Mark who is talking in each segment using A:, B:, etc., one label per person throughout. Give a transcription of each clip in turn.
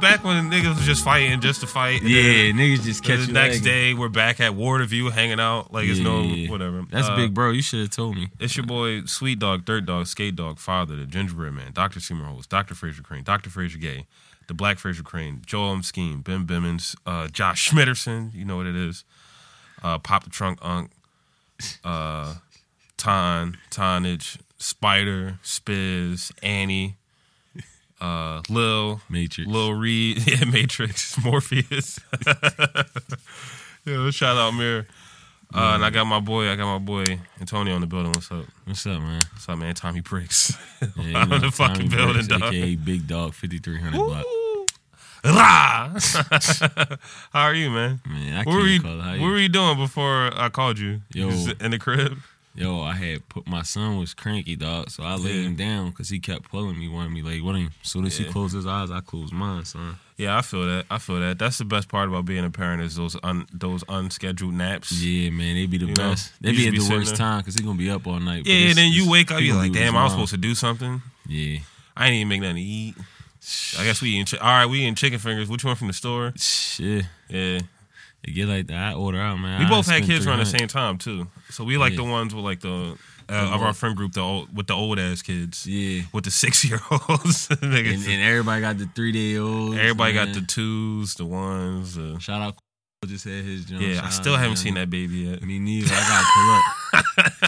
A: back when niggas was just fighting just to fight. and
B: Yeah,
A: then
B: niggas just catch
A: the
B: you
A: next
B: lagging.
A: day we're back at Waterview hanging out. Like it's
B: Yeah.
A: no whatever.
B: That's
A: Uh,
B: big, bro. You should have told me.
A: It's your boy Sweet Dog, Dirt Dog, Skate Dog, Father, the Gingerbread Man, Dr. Seymour Holmes, Dr. Fraser Crane, Dr. Fraser Gay, the Black Fraser Crane, Joel M. Skeen, Ben Bimmons, uh, Josh Schmitterson, you know what it is. Uh, Pop the Trunk Unk, uh, Ton, Tonage, Spider, Spiz, Annie, uh, Lil,
B: Matrix.
A: Lil Reed, yeah, Matrix, Morpheus. Yo, shout out Mirror. Uh, and I got my boy, I got my boy Antonio in the building. What's up?
B: What's up, man?
A: What's up, man? Tommy Bricks.
B: Yeah, you
A: I'm
B: know,
A: in the fucking
B: Tommy
A: building,
B: Brooks,
A: dog.
B: AKA Big Dog 5300 block.
A: Woo! Rah! How are you, man?
B: Man, I
A: What were
B: can't
A: you,
B: call it. How
A: what
B: you-
A: were you doing before I called you? You
B: Yo.
A: just in the crib?
B: Yo, I had put my son was cranky, dog. So I laid
A: Yeah.
B: him down because he kept pulling me, wanting me like, what him. As soon as
A: Yeah.
B: he closed his eyes, I closed mine, son.
A: Yeah, I feel that. I feel that. That's the best part about being a parent is those un, those unscheduled naps.
B: Yeah, man, they be the
A: You know,
B: best.
A: you
B: they be
A: should
B: at
A: be
B: the
A: sitting
B: worst
A: there.
B: time because he gonna be up all night. but
A: Yeah,
B: it's-
A: and then you
B: it's-
A: wake up,
B: he
A: you're
B: gonna
A: like,
B: be with
A: damn,
B: his
A: I was
B: mom."
A: supposed to do something.
B: Yeah,
A: I didn't even make nothing to eat. I guess we eating. Chi- All right, we eating chicken fingers. Which one from the store?
B: shit.
A: Yeah,
B: It get like that. I order out, man.
A: we
B: I
A: both had
B: spend
A: kids around the
B: 300.
A: same time too. So we like
B: Yeah.
A: the ones with like the uh, of our friend group, the old, with the old ass kids,
B: Yeah,
A: with the six year olds. Niggas.
B: and, and everybody got the three day old.
A: Everybody got the twos, the ones. The,
B: shout out. Just had his jump.
A: yeah, I
B: Shout
A: still
B: out,
A: haven't
B: man.
A: seen that baby yet.
B: Me neither. I gotta pull up.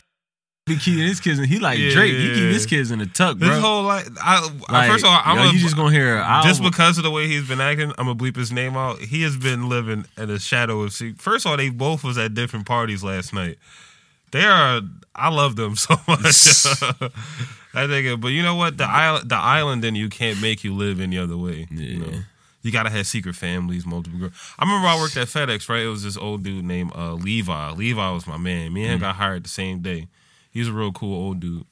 B: Be key his kids. and He like
A: Yeah,
B: Drake. He
A: yeah,
B: keep
A: yeah.
B: his kids in the tuck, bro.
A: This whole like, I, I
B: Like,
A: first of all, I'm
B: yo,
A: a,
B: you just gonna hear an
A: just
B: album.
A: because of the way he's been acting, I'm gonna bleep his name out. He has been living in a shadow of. Se- First of all, they both was at different parties last night. They are. I love them so much. I think, it- but you know what? The island, the island, in you can't make you live any other way. You
B: Yeah.
A: know, you gotta have secret families, multiple girls. I remember I worked at FedEx. Right, it was this old dude named uh, Levi. Levi was my man. Me and him got hired the same day. He was a real cool old dude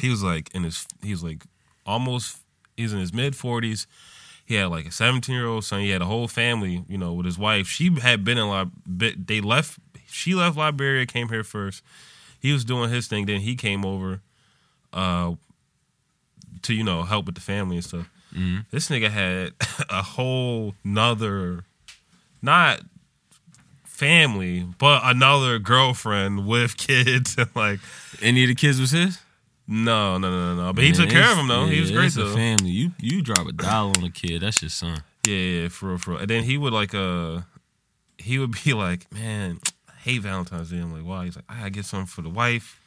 A: he was like in his he was like almost he's in his mid forties. He had like a seventeen year old son. He had a whole family, you know, with his wife. She had been in Liberia. They left. She left Liberia, came here first. He was doing his thing. Then he came over, uh, to you know help with the family and stuff.
B: Mm-hmm.
A: This nigga had a whole nother, not family, but another girlfriend with kids and like
B: Any of the kids was his?
A: no, no, no, no, no. But he
B: Man,
A: took care
B: it's-
A: of him though. he
B: yeah,
A: was great
B: it's a
A: though. Yeah,
B: family. You you drop a dollar on a kid. That's your son.
A: yeah, for real, for real. And then he would like uh, he would be like, man, I hate Valentine's Day. I'm like, why? He's like, I gotta get something for the wife.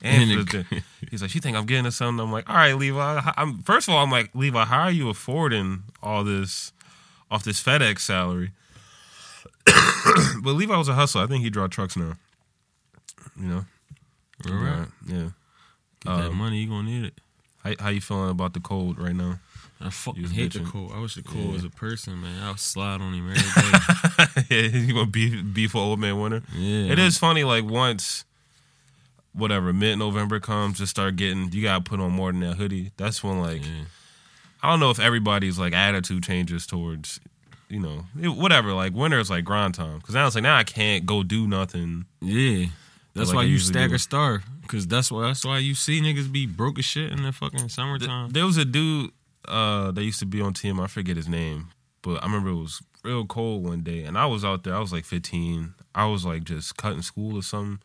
A: And
B: And
A: for
B: the-
A: the thing. he's like, she think I'm getting her something. I'm like, all right, Levi. h- I'm first of all, I'm like, Levi, how are you affording all this off this FedEx salary? but Levi was a hustler. I think he draw trucks now. You know,
B: All right.
A: yeah.
B: Get that
A: Um,
B: money. You gonna need it.
A: How how you feeling about the cold right now?
B: I fucking
A: was
B: hate the
A: bitching.
B: cold. I wish the cold
A: Yeah.
B: was a person, man. I'll slide on him every day.
A: yeah, you gonna be be for old man winter.
B: yeah,
A: It is funny, like once whatever mid November comes, just start getting you gotta put on more than that hoodie. That's when like
B: Yeah.
A: I don't know if everybody's like attitude changes towards you know it- whatever. Like winter is like grind time because now it's like now I can't go do nothing.
B: Yeah. That's
A: like
B: why
A: I
B: you
A: usually do.
B: stagger star. Cause that's why that's why you see niggas be broke as shit in the fucking summertime.
A: There was a dude uh, that used to be on team. I forget his name, but I remember it was real cold one day, and I was out there. I was like 15. I was like just cutting school or something.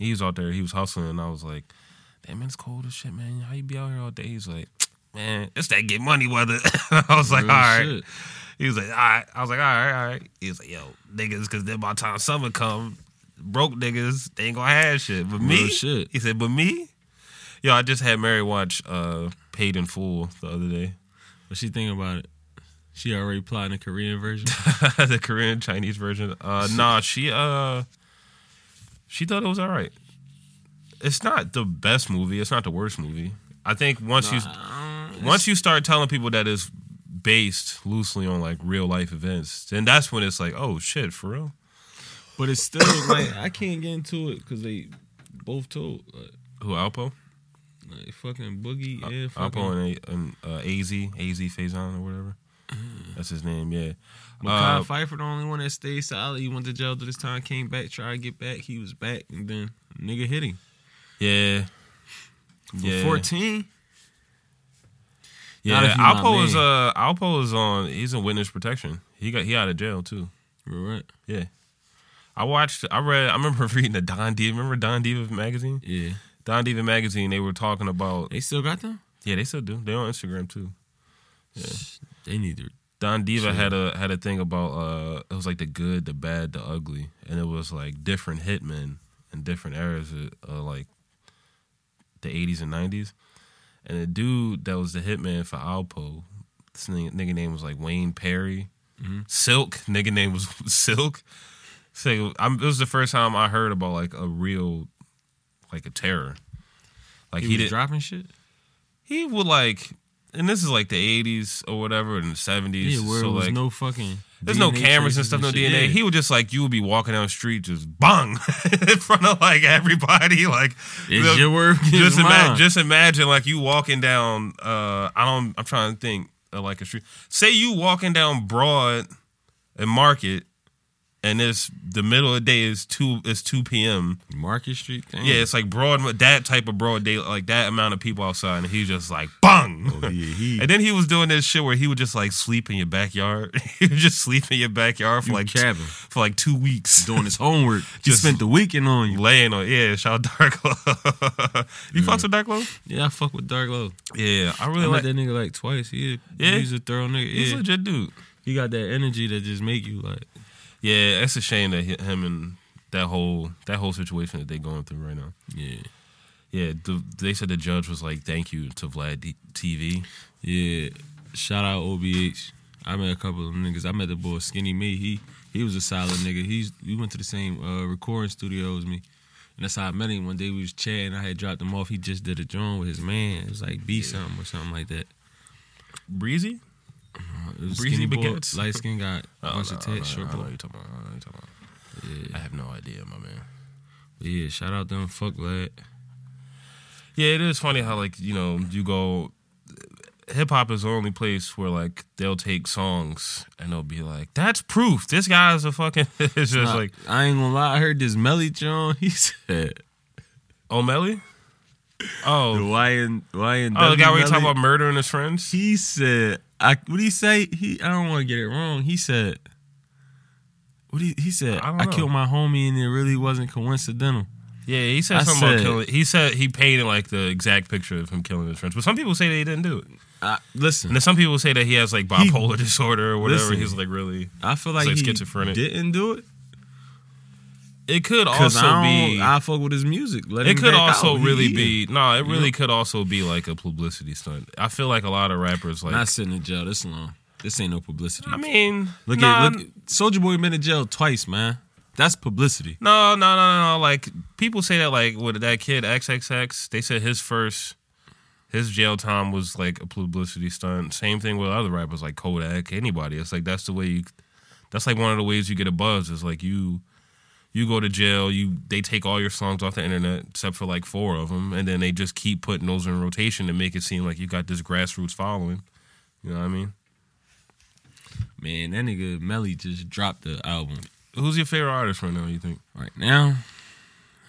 A: He was out there. He was hustling, and I was like, "Damn, man, it's cold as shit, man. How you be out here all day?" He's like, "Man, it's that get money weather." I was like,
B: Real
A: "All right."
B: shit.
A: He was like, all right. I was like, all right, all right. He was like, yo, niggas, because then by the time summer come, broke niggas, they ain't gonna have shit. But me,
B: Real shit.
A: he said, but me, yo, I just had Mary watch uh, Paid in Full the other day,
B: What she think about it? She already plotting a Korean version.
A: the Korean Chinese version. Uh, nah, she uh, she thought it was all right. It's not the best movie. It's not the worst movie. I think once you once you start telling people that it's based loosely on like real life events, then that's when it's like, oh shit, for real.
B: but it's still like I can't get into it because they both told like,
A: Who Alpo?
B: like fucking boogie
A: Uh,
B: and fucking
A: Alpo and, A- and uh, AZ, AZ Faison or whatever.
B: Mm.
A: That's his name, yeah.
B: Makai
A: Uh,
B: Pfeiffer, the only one that stayed solid. He went to jail this time, came back, tried to get back. He was back, and then nigga hit him.
A: yeah.
B: For
A: Yeah.
B: 14? Not
A: Yeah,
B: if you my
A: Alpo is
B: man.
A: uh Alpo is on. He's in witness protection. He got he out of jail too.
B: Right.
A: Yeah. I watched. I read. I remember reading the Don Diva. Remember Don Diva magazine?
B: Yeah.
A: Don Diva magazine. They were talking about.
B: They still got them.
A: Yeah, they still do. They on Instagram too.
B: They need to.
A: Don Diva
B: Sure.
A: had a had a thing about uh it was like the good, the bad, the ugly, and it was like different hitmen in different eras of uh, like the eighties and nineties. And the dude that was the hitman for Alpo, this nigga, nigga name was like Wayne Perry,
B: Mm-hmm.
A: Silk. Nigga name was Silk. So I'm, it was the first time I heard about like a real, like a terror. Like
B: He,
A: he,
B: was
A: did,
B: dropping shit.
A: he would like, and this is like the '80s or whatever, and the '70s.
B: Yeah, where
A: so
B: it was
A: like,
B: no fucking.
A: there's no
B: DNA
A: cameras and
B: traces
A: stuff, no
B: shit.
A: DNA.
B: Yeah.
A: He would just like you would be walking down the street, just bang in front of like everybody. Like you know,
B: It's your word.
A: just
B: Just
A: imagine,
B: imagine.
A: just imagine like you walking down. uh I don't. I'm trying to think of like a street. Say you walking down Broad and Market, and it's the middle of the day is two. It's two p.m.
B: Market Street. Thing.
A: Yeah, it's like broad that type of broad day, like that amount of people outside, and he's just like bang.
B: Oh, yeah, he-
A: And then he was doing this shit where he would just like sleep in your backyard. he would just sleep in your backyard for
B: You
A: like
B: capping.
A: for like two weeks,
B: doing his homework.
A: Just-
B: Just spent the weekend on you.
A: laying on. Yeah, shout out Dark Low. you fucks with Dark Low?
B: Yeah, I fuck with Dark Low.
A: Yeah, I
B: I
A: really
B: met
A: like.
B: that nigga like twice. He,
A: Yeah.
B: yeah. he's a thorough nigga.
A: He's
B: Yeah.
A: a legit dude.
B: He got that energy that just make you like.
A: Yeah, it's a shame that hi- him and that whole that whole situation that they're going through right now.
B: Yeah.
A: Yeah, the, they said the judge was like, "Thank you to Vlad D- TV."
B: Yeah. Shout out OBH. I met a couple of them niggas. I met the boy Skinny Me. He he was a solid nigga. He's we went to the same uh, recording studio as me. And that's how I met him. One day we was chatting. I had dropped him off. He just did a joint with his man. It was like B something or something like that.
A: Breezy.
B: It was
A: Breezy
B: skinny boy,
A: Baguettes?
B: light skin guy, bunch of tats, short boy.
A: talking about. I know you're talking about.
B: Yeah.
A: I have no idea, my man.
B: yeah, shout out them fuck lad.
A: Yeah, it is funny how like you know you go. Hip hop is the only place where like they'll take songs and they'll be like, "That's proof. This guy's a fucking." it's just
B: I-
A: like
B: I ain't gonna lie, I heard this Melly John. He said
A: O'Malley.
B: the
A: Oh,
B: YN YN.
A: oh, the guy we talking about murdering his friends.
B: He said, "I what he say? He I don't want to get it wrong. He said, what he he said?
A: I
B: I,
A: don't know.
B: killed my homie, and it really wasn't coincidental.
A: Yeah, he said
B: I
A: something about
B: said-
A: killing. He said he painted like the exact picture of him killing his friends, but some people say that he didn't do it,
B: I, listen,
A: and then some people say that he has like bipolar disorder or whatever.
B: Listen.
A: He's like really.
B: I feel like,
A: like
B: he
A: schizophrenic.
B: didn't do it
A: It could
B: because
A: also
B: I don't.
A: be.
B: I fuck with his music. Let
A: It
B: him
A: could
B: back
A: also
B: out. He
A: really
B: eating.
A: be no. It really could also be like a publicity stunt. I feel like a lot of rappers like.
B: not sitting in jail this long. This ain't no publicity.
A: I mean,
B: look
A: nah,
B: at look. Soldier Boy been in jail twice, man. That's publicity.
A: No, no, no, no, no. Like people say that like with that kid XXX, they said his first his jail time was like a publicity stunt. Same thing with other rappers like Kodak, anybody. It's like that's the way you that's like one of the ways you get a buzz. Is like you you go to jail, you they take all your songs off the internet except for like four of them and then they just keep putting those in rotation to make it seem like you got this grassroots following. You know what I mean?
B: Man, that nigga Melly just dropped the album.
A: Who's your favorite artist right now, you think?
B: right now.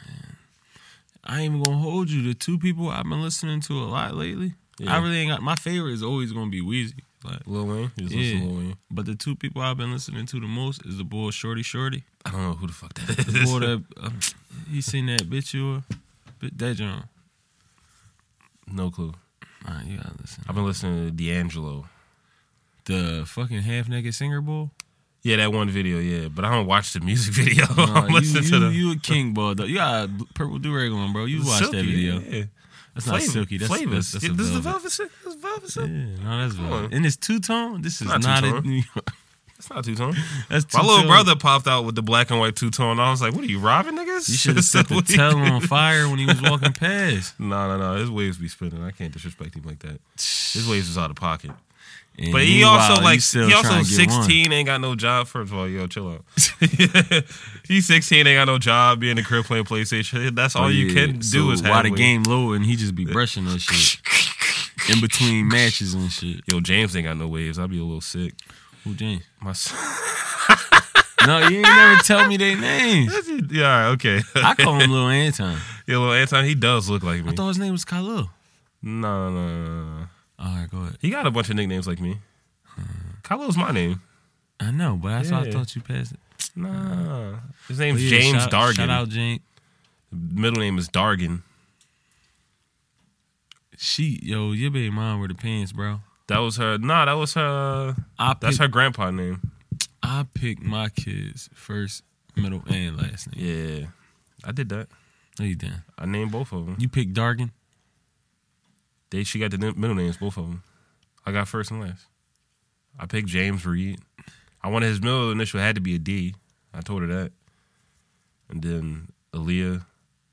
B: man, I ain't even gonna hold you. The two people I've been listening to a lot lately,
A: Yeah.
B: I really ain't got my favorite is always gonna be Weezy. Like,
A: Lil Wayne? You just
B: Yeah.
A: listen to Lil Wayne.
B: but the two people I've been listening to the most is the boy Shorty Shorty.
A: I don't know who the fuck that
B: The
A: is.
B: boy that uh, he seen that bitch you were, that John.
A: no clue.
B: All right, you gotta listen.
A: I've been listening to D'Angelo.
B: The fucking half naked singer boy.
A: Yeah, that one video, yeah. But I don't watch the music video.
B: Nah,
A: I'm listening
B: you,
A: to
B: you,
A: the
B: you a king boy though. You got a purple do rag on, bro. You watched
A: Silky,
B: that video.
A: Yeah.
B: That's
A: Flavor,
B: not silky. That's
A: flavor.
B: That's, that's a
A: Yeah, this is the
B: velvet.
A: velvet. Silk. This is velvet.
B: Yeah,
A: Silk.
B: no, that's
A: Come
B: velvet.
A: on.
B: And it's two tone. This is
A: Not
B: not, a
A: two-tone.
B: New York.
A: It's not two tone.
B: That's
A: My little
B: two-tone.
A: brother popped out with the black and white two tone. I was like, "What are you robbing, niggas?"
B: You should have set the
A: What are you-
B: tail on fire when he was walking past.
A: No, no, no. His waves be spinning. I can't disrespect him like that. His waves is out of pocket.
B: And
A: But he
B: meanwhile,
A: also
B: you
A: like
B: still
A: he also
B: trying to get one.
A: sixteen ain't got no job. First of all, yo, chill out. he sixteen ain't got no job. Being in the crib playing PlayStation. That's all
B: Oh,
A: you
B: yeah.
A: can do
B: So
A: is
B: why the
A: halfway.
B: game low and he just be brushing that shit in between matches and shit.
A: Yo, James ain't got no waves. I'd be a little sick.
B: Who James?
A: My son.
B: No, you ain't never tell me their names.
A: yeah, all right, okay.
B: I call him Lil Anton.
A: Yo, little Anton, he does look like me.
B: I thought his name was Khalil.
A: no, no, no, no, no.
B: All right, go ahead.
A: He got a bunch of nicknames like me. Kylo's my name.
B: I know, but that's why I
A: Yeah.
B: thought you passed it.
A: Nah. His name's
B: But yeah,
A: James
B: shout,
A: Dargan.
B: Shout out, Jane.
A: Middle name is Dargan.
B: She, yo, your baby mom wear the pants, bro.
A: That was her. Nah, that was her.
B: I pick,
A: That's her grandpa name.
B: I pick my kids first, middle, and last name.
A: Yeah. I did that.
B: No, you didn't.
A: I named both of them.
B: You pick Dargan.
A: They, she got the n- middle names, both of them. I got first and last. I picked James Reed. I wanted his middle initial had to be a D. I told her that. And then Aaliyah,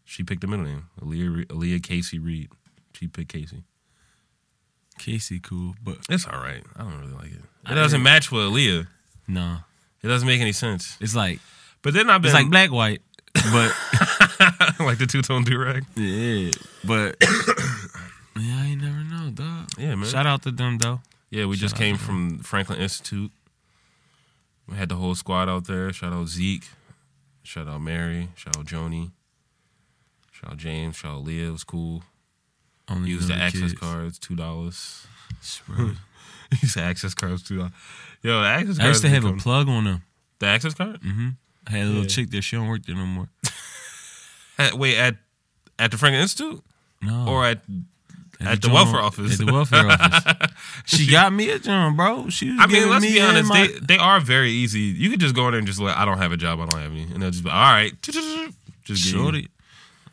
A: she picked the middle name. Aaliyah, Re- Aaliyah Casey Reed. She picked Casey.
B: Casey, cool, but
A: It's all right. I don't really like it.
B: I
A: It doesn't
B: hear-
A: match with Aaliyah.
B: nah.
A: It doesn't make any sense.
B: It's like
A: But then I've been
B: it's like black white, but
A: like, the two tone durag.
B: yeah, but yeah, I ain't never know, dog.
A: Yeah, man.
B: Shout out to them though.
A: Yeah, we just came from Franklin Institute. We had the whole squad out there. Shout out Zeke. Shout out Mary. Shout out Joni. Shout out James. Shout out Leah. It was cool.
B: Only
A: Use the
B: know
A: access
B: kids.
A: cards, two dollars.
B: Swear.
A: Use the access cards, two dollars. Yo, the access cards.
B: Hmm. I used to have a
A: become-
B: plug on them.
A: the access card.
B: hmm I had a little
A: Yeah.
B: chick there. She don't work there no more.
A: At, wait at at the Franklin Institute
B: No,
A: or at at the
B: joint-
A: welfare office.
B: At Oh. the welfare office. She got me a job, bro. She was
A: I mean, let's
B: me
A: be honest.
B: My,
A: They they are very easy. You could just go in there and just like, I don't have a job. I don't have any, and they'll just be all right. Just give you-
B: shorty.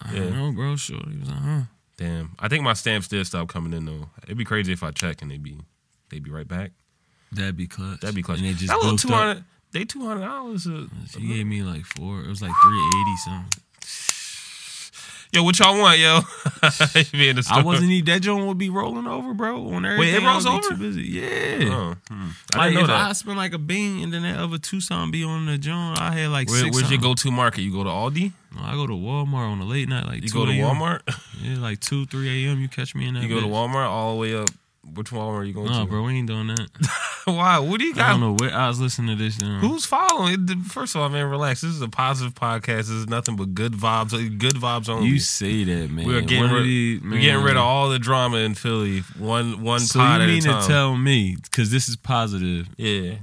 B: I
A: Yeah.
B: don't know, bro. Shorty was like, huh?
A: Damn, I think my stamps did stop coming in though. It'd be crazy if I check and they'd be they'd be right back.
B: That'd be clutch.
A: That'd be clutch.
B: And it just
A: that little
B: bulked
A: two
B: up.
A: hundred, they two hundred dollars.
B: She gave me like four. It was like three eighty something.
A: Yo, what y'all want, yo? You be in the store.
B: I wasn't even that joint would be rolling over, bro. On everything, I
A: rolls
B: would be
A: over?
B: Too busy. Yeah.
A: Oh, hmm. I
B: Like
A: didn't know
B: if I
A: that.
B: spent like a bean and then that other two something be on the joint, I had like
A: Where,
B: six.
A: where's your
B: something.
A: go-to market? You go to Aldi.
B: No, I go to Walmart on a late night, like
A: You
B: 2
A: go to
B: a.m.
A: Walmart.
B: Yeah, like two, three a.m. You catch me in that.
A: You go to
B: bitch.
A: Walmart all the way up. Which Walmart are you going
B: No,
A: to?
B: bro, we ain't doing that.
A: Why? What do you
B: I
A: got?
B: don't know where I was listening to this. um, You know.
A: Who's following? It- First of all, man, relax. This is a positive podcast. This is nothing but good vibes. Good vibes only.
B: You say that, man.
A: We're getting,
B: One of
A: rid,
B: these-
A: we're getting rid
B: man.
A: of all the drama in Philly. One one
B: So
A: pod
B: you mean
A: at a time.
B: to tell me? Because this is positive.
A: yeah,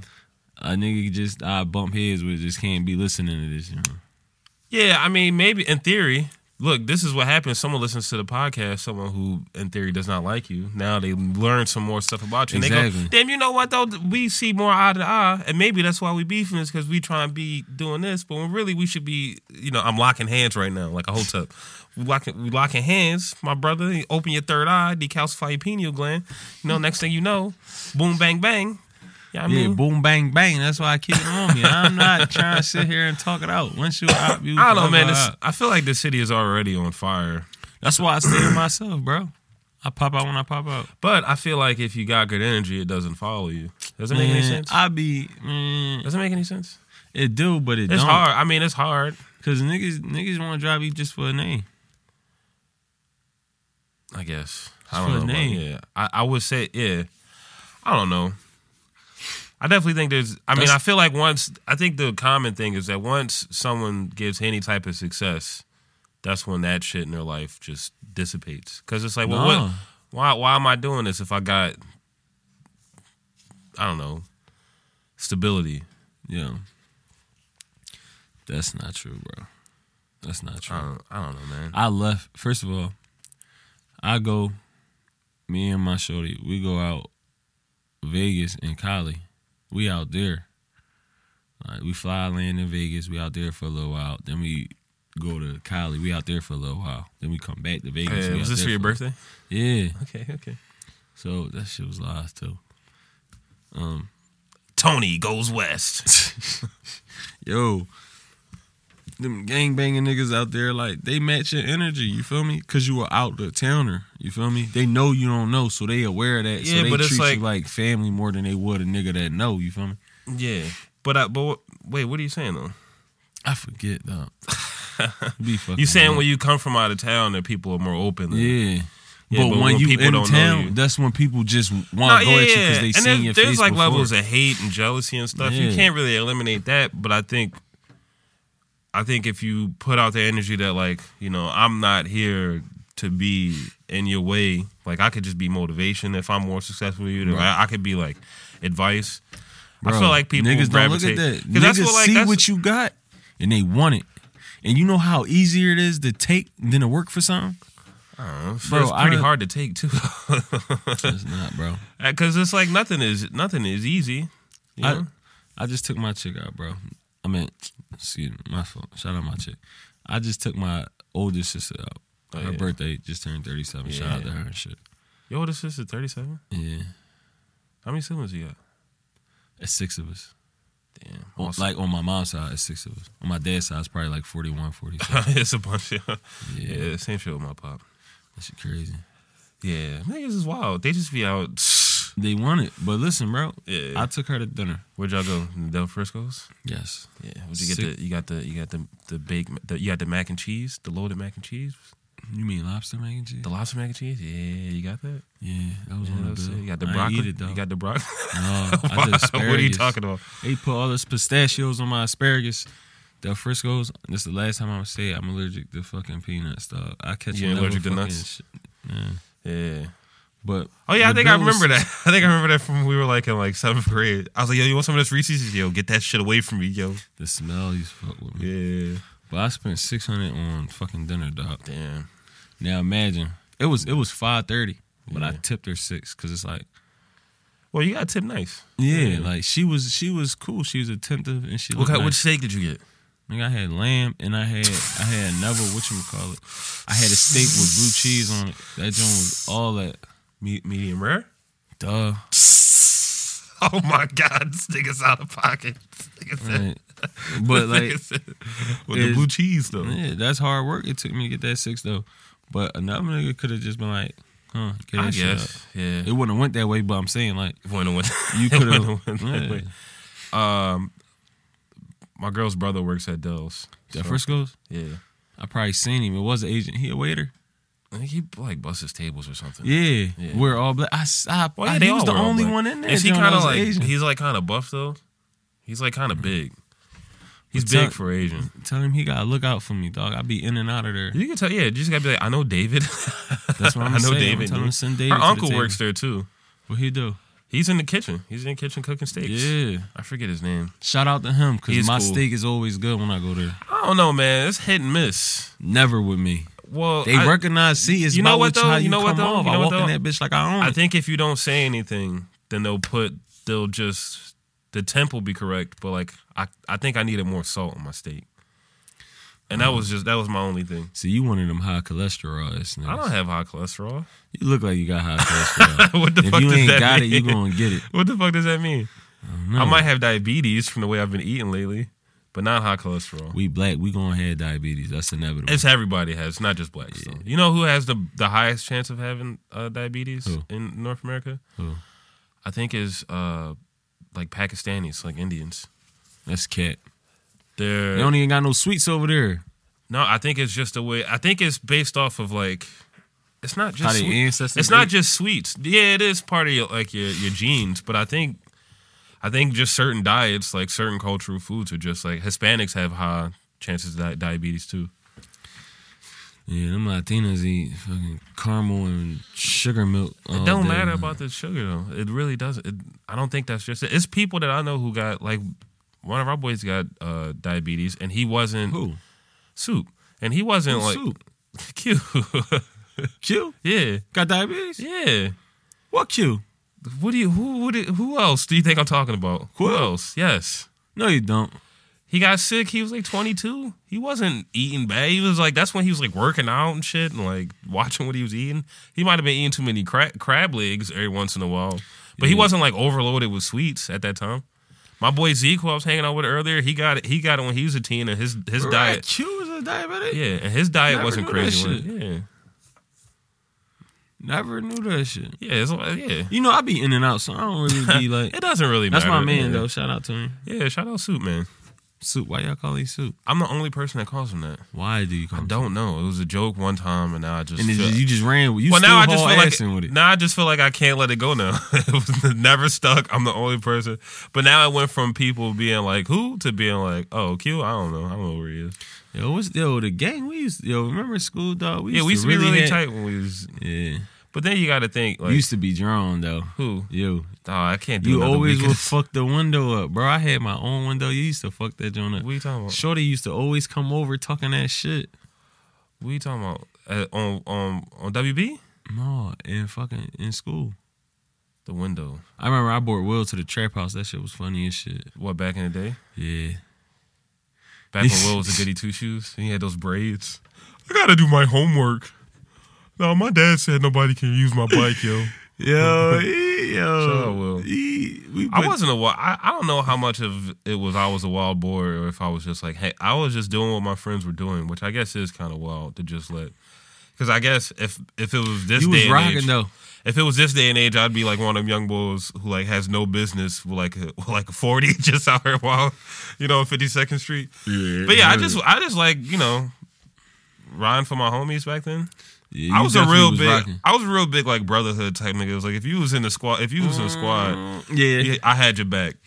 B: A nigga just I bump heads with just can't be listening to this. You know.
A: yeah. I mean, maybe in theory. Look, this is what happens. Someone listens to the podcast. Someone who, in theory, does not like you. Now they learn some more stuff about you. And They
B: Exactly.
A: go, Damn, you know what though? We see more eye to eye, and maybe that's why we beefing is because we try and be doing this, but when really we should be. You know, I'm locking hands right now, like a whole tub. We locking, we locking hands, my brother. you Open your third eye, decalcify your pineal gland. You know, next thing you know, boom, bang, bang. Yeah, I
B: yeah,
A: mean,
B: boom, bang, bang. That's why I keep it on me. I'm not trying to sit here and talk it out. Once you out, you
A: I don't know,
B: forever
A: man. This,
B: out.
A: I feel like the city is already on fire.
B: That's why I stay to myself, bro. I pop out when I pop out.
A: But I feel like if you got good energy, it doesn't follow you. Does it make any
B: Man,
A: sense?
B: I be, man,
A: Does it make any sense?
B: it do, but it
A: It's
B: don't.
A: hard. I mean, it's hard.
B: Cause niggas, niggas want to drive you just for a name.
A: I guess.
B: It's
A: I don't know.
B: for his
A: about-
B: name.
A: yeah, I, I would say yeah. I don't know. I definitely think there's. I mean,
B: That's-
A: I feel like once. I think the common thing is that once someone gives any type of success, that's when that shit in their life just dissipates. Because it's like, well, what?
B: Nah.
A: Why? Why am I doing this if I got? I don't know. Stability.
B: Yeah, that's not true, bro. That's not true.
A: I don't, I don't know, man.
B: I left. First of all, I go. Me and my shorty, we go out Vegas and Cali. We out there. Like we fly land in Vegas. We out there for a little while. Then we go to Cali. We out there for a little while. Then we come back to Vegas.
A: Hey,
B: We
A: was
B: out
A: this
B: there
A: for your birthday?
B: Yeah.
A: Okay, okay.
B: So that shit was lies too. Um.
A: Tony goes west.
B: yo, them gangbanging niggas out there, like they match your energy. You feel me? Cause you were out the towner. You feel me? They know you don't know, so they aware of that.
A: Yeah,
B: so they
A: but it's
B: treat
A: like-
B: you like family more than they would a nigga that know. You feel me?
A: Yeah, but I, but what- wait, what are you saying though?
B: I forget though. Be fucking
A: You saying
B: dumb.
A: when you come from out of town that people are more open? than-
B: Yeah.
A: Yeah, but
B: but, when
A: when
B: you
A: people
B: in
A: don't know
B: town,
A: you.
B: that's when people just want to
A: No, yeah,
B: go at you
A: Oh, yeah.
B: because they
A: and
B: seen
A: there's,
B: your
A: there's
B: face
A: like
B: before.
A: levels of hate and jealousy and stuff. You
B: Yeah.
A: can't really eliminate that, but I think, I think if you put out the energy that like you know I'm not here to be in your way. Like I could just be motivation if I'm more successful than you. then
B: Right.
A: I, I could be like advice. I
B: Bro,
A: feel like people
B: niggas don't look
A: gravitate.
B: at that.
A: 'Cause
B: Niggas
A: that's what, like,
B: see
A: that's-
B: what you got and they want it. And you know how easier it is to take than to work for something?
A: Uh, it's
B: Bro, I
A: pretty
B: don't-
A: hard to take too,
B: It's not, bro.
A: because it's like nothing is nothing is easy. You know?
B: I, I just took my chick out, bro. I mean, excuse me, my fault. Shout out my chick. I just took my older sister out.
A: Oh,
B: her
A: yeah.
B: birthday just turned 37. Shout out to
A: Yeah.
B: her and shit.
A: Your older sister, 37?
B: Yeah.
A: How many siblings you got?
B: It's six of us.
A: Damn.
B: On-
A: Also-
B: Like on my mom's side, it's six of us. On my dad's side, it's probably like 41, 42.
A: it's a bunch of.
B: Yeah.
A: Yeah. same shit with my pop.
B: that shit crazy.
A: Yeah. Niggas is wild. They just be out.
B: They want it. But listen, bro,
A: Yeah.
B: I took her to dinner.
A: Where'd y'all go? Del Frisco's?
B: Yes.
A: Yeah. Where'd you get
B: Sick.
A: the, you got the, you got the, the baked, the, you got the mac and cheese, the loaded mac and cheese,
B: You mean lobster mac and cheese?
A: the lobster mac and cheese? Yeah. You got that?
B: Yeah, that was
A: Yeah,
B: one
A: that
B: of
A: was
B: the
A: it.
B: bill.
A: You got the
B: I ain't
A: broccoli?
B: Eat it, though.
A: you got the broccoli?
B: No, I did
A: what are you
B: asparagus.
A: talking about?
B: They put all this pistachios on my asparagus. Del Frisco's. This is the last time I would say I'm allergic to fucking peanuts, dog. I catch
A: You ain't
B: another
A: allergic to
B: fucking
A: nuts?
B: shit. Yeah.
A: Yeah.
B: But
A: Oh yeah, I
B: the
A: think I
B: bill was-
A: remember that. I think I remember that from when we were like in like seventh grade. I was like, yo, you want some of this Reese's? He said, Yo, get that shit away from me, yo.
B: The smell used to fuck with me.
A: Yeah.
B: But I spent six hundred on fucking dinner, dog.
A: Damn.
B: Now imagine it was it was five thirty, but I
A: Yeah.
B: tipped her six because it's like
A: Well, you got tip nice.
B: yeah, like she was she was cool. She was attentive and she
A: What
B: looked
A: kind,
B: nice.
A: What steak did you get?
B: Nigga, I had lamb and I had I had another what you call it. I had a steak with blue cheese on it. That joint was all that.
A: Me, medium rare.
B: Duh.
A: Oh my God, this nigga's out of pocket. This nigga said-
B: Like, but like,
A: this nigga said- with the blue
B: it's-
A: cheese though.
B: yeah, that's hard work. It took me to get that six though. But another nigga could have just been like, huh, get that
A: I
B: shit
A: guess. Yeah.
B: up. It wouldn't have went that way. But I'm saying like,
A: Wouldn't have went-
B: you
A: it
B: could have.
A: wouldn't have went that
B: yeah.
A: way. My girl's brother works at Dell's.
B: That
A: so-
B: Frisco's.
A: Yeah.
B: I probably seen him. It was an agent. He a waiter.
A: I think he like busts tables or something.
B: Yeah,
A: Yeah.
B: we're all black. I, s- I,
A: Well,
B: I-
A: Oh, yeah,
B: he
A: they
B: was
A: all
B: the
A: were all
B: only
A: black.
B: one in there.
A: Is he
B: kind of
A: like
B: Asian.
A: he's like kind of buff though? He's like kind of big. He's
B: But
A: big
B: tell-
A: for Asian.
B: Tell him he gotta look out for me, dog. I be in and out of there.
A: You can tell. Yeah, you just gotta be like, I know David.
B: That's what I'm
A: I know
B: saying. I'm
A: David.
B: telling
A: knew.
B: him send David to
A: Her
B: the
A: uncle
B: table.
A: works there too.
B: What he do?
A: He's in the kitchen. He's in the kitchen cooking steaks.
B: Yeah.
A: I forget his name.
B: Shout out to him because
A: He's
B: my
A: cool.
B: steak is always good when I go there.
A: I don't know, man. It's hit and miss.
B: Never with me.
A: Well,
B: They
A: I,
B: recognize. See, it's
A: you know
B: about
A: what,
B: what,
A: though?
B: how you,
A: You know
B: come
A: what, though?
B: off.
A: You know
B: I
A: what,
B: walk in
A: though?
B: that bitch like I own.
A: I
B: it.
A: think if you don't say anything, then they'll put. They'll just the temp will be correct, but like I, I think I needed more salt on my steak, and
B: Mm.
A: that was just that was my only thing.
B: See, you one of them high cholesterol ass
A: I
B: niggas.
A: don't have high cholesterol.
B: You look like you got high cholesterol.
A: What the
B: if
A: fuck
B: you
A: does
B: ain't
A: that
B: got
A: mean?
B: it, you Hmm. gonna get it.
A: What the fuck does that mean?
B: know.
A: I might have diabetes from the way I've been eating lately, but not high cholesterol.
B: We black, we gonna have diabetes. That's inevitable.
A: It's everybody has, it's not just blacks. though. You know who has the the highest chance of having uh, diabetes
B: Who?
A: in North America?
B: Who?
A: I think is uh, like Pakistanis, like Indians.
B: That's cat.
A: They're
B: They don't even got no sweets over there.
A: no. I think it's just the way. I think it's based off of like. It's not just
B: How they
A: sweet-
B: ancestors
A: It's not
B: ate?
A: just sweets. Yeah, it is part of your like your your genes, but I think. I think just certain diets, like certain cultural foods, are just like Hispanics have high chances of di- diabetes too.
B: Yeah, them Latinas eat fucking caramel and sugar milk. all
A: It don't
B: day,
A: matter
B: man.
A: about the sugar though. It really doesn't. It, I don't think that's just it. It's people that I know who got like one of our boys got uh, diabetes and he wasn't
B: who.
A: soup and he wasn't like
B: Soup.
A: cute.
B: Q
A: yeah,
B: got diabetes.
A: yeah.
B: What Q?
A: What do you who what do, who else do you think I'm talking about? Who
B: Quill.
A: else? Yes.
B: No, you don't.
A: He got sick. He was like 22. He wasn't eating bad. He was like that's when he was like working out and shit and like watching what he was eating. He might have been eating too many cra- crab legs every once in a while, but he
B: Yeah.
A: wasn't like overloaded with sweets at that time. My boy Zeke, who I was hanging out with earlier, he got it. He got it when he was a teen, and his his
B: Right,
A: diet,
B: Q was a diabetic.
A: yeah, and his diet
B: Never
A: wasn't
B: knew
A: crazy.
B: that
A: like-
B: shit.
A: yeah,
B: Never knew that shit.
A: yeah, it's like, yeah.
B: You know, I be in and out, so I don't really be like.
A: It doesn't really
B: That's
A: matter.
B: my man
A: yeah.
B: though. Shout out to him.
A: Yeah, shout out Soup Man.
B: Soup. Why y'all call him Soup?
A: I'm the only person that calls him that.
B: Why do you call
A: I
B: him?
A: don't know. It was a joke one time, and now I just.
B: Soup? And
A: feel-
B: it's just- you just ran. with- You
A: well,
B: still
A: now I just feel like
B: with it.
A: now I just feel like I can't let it go. Now it was never stuck. I'm the only person, but now I went from people being like who to being like oh Q. I don't know. I don't know where he is.
B: Yo, what's yo the gang? We used yo remember school dog. We
A: Yeah, we used to be really
B: hang-
A: tight when we was.
B: Yeah,
A: But then you got to think like
B: you used to be drawn though.
A: who?
B: You
A: Oh, I can't do.
B: you
A: another
B: always
A: weekend.
B: would fuck the window up, bro. I had my own window. You used to fuck that joint up.
A: What you talking about?
B: Shorty used to always come over talking that shit.
A: What you talking about? Uh, on on on WB
B: No, in fucking in school.
A: the window.
B: I remember I brought Will to the trap house. That shit was funny as shit.
A: What back in the day?
B: Yeah.
A: Back when Will was a goody two shoes and he had those braids. I gotta do my homework. No, my dad said nobody can use my bike, yo.
B: Yo, he- yo.
A: Shout out Will.
B: he- we
A: I
B: put-
A: wasn't a wild. I, I don't know how much of it was I was a wild boy or if I was just like, hey, I was just doing what my friends were doing, which I guess is kind of wild to just let. Because I guess if if it was this
B: You
A: day
B: was
A: and
B: rocking
A: age-
B: though.
A: if it was this day and age, I'd be like one of them young boys who like has no business with like a, with like a forty just out here while you know Fifty Second Street.
B: Yeah.
A: But yeah, I just I just like you know riding for my homies back then.
B: Yeah,
A: I
B: you
A: was a
B: definitely
A: real
B: was
A: big
B: rocking.
A: I was a real big like brotherhood type nigga. It was like if you was in the squad, if you was in
B: Mm.
A: the squad,
B: Yeah.
A: yeah, I had your back.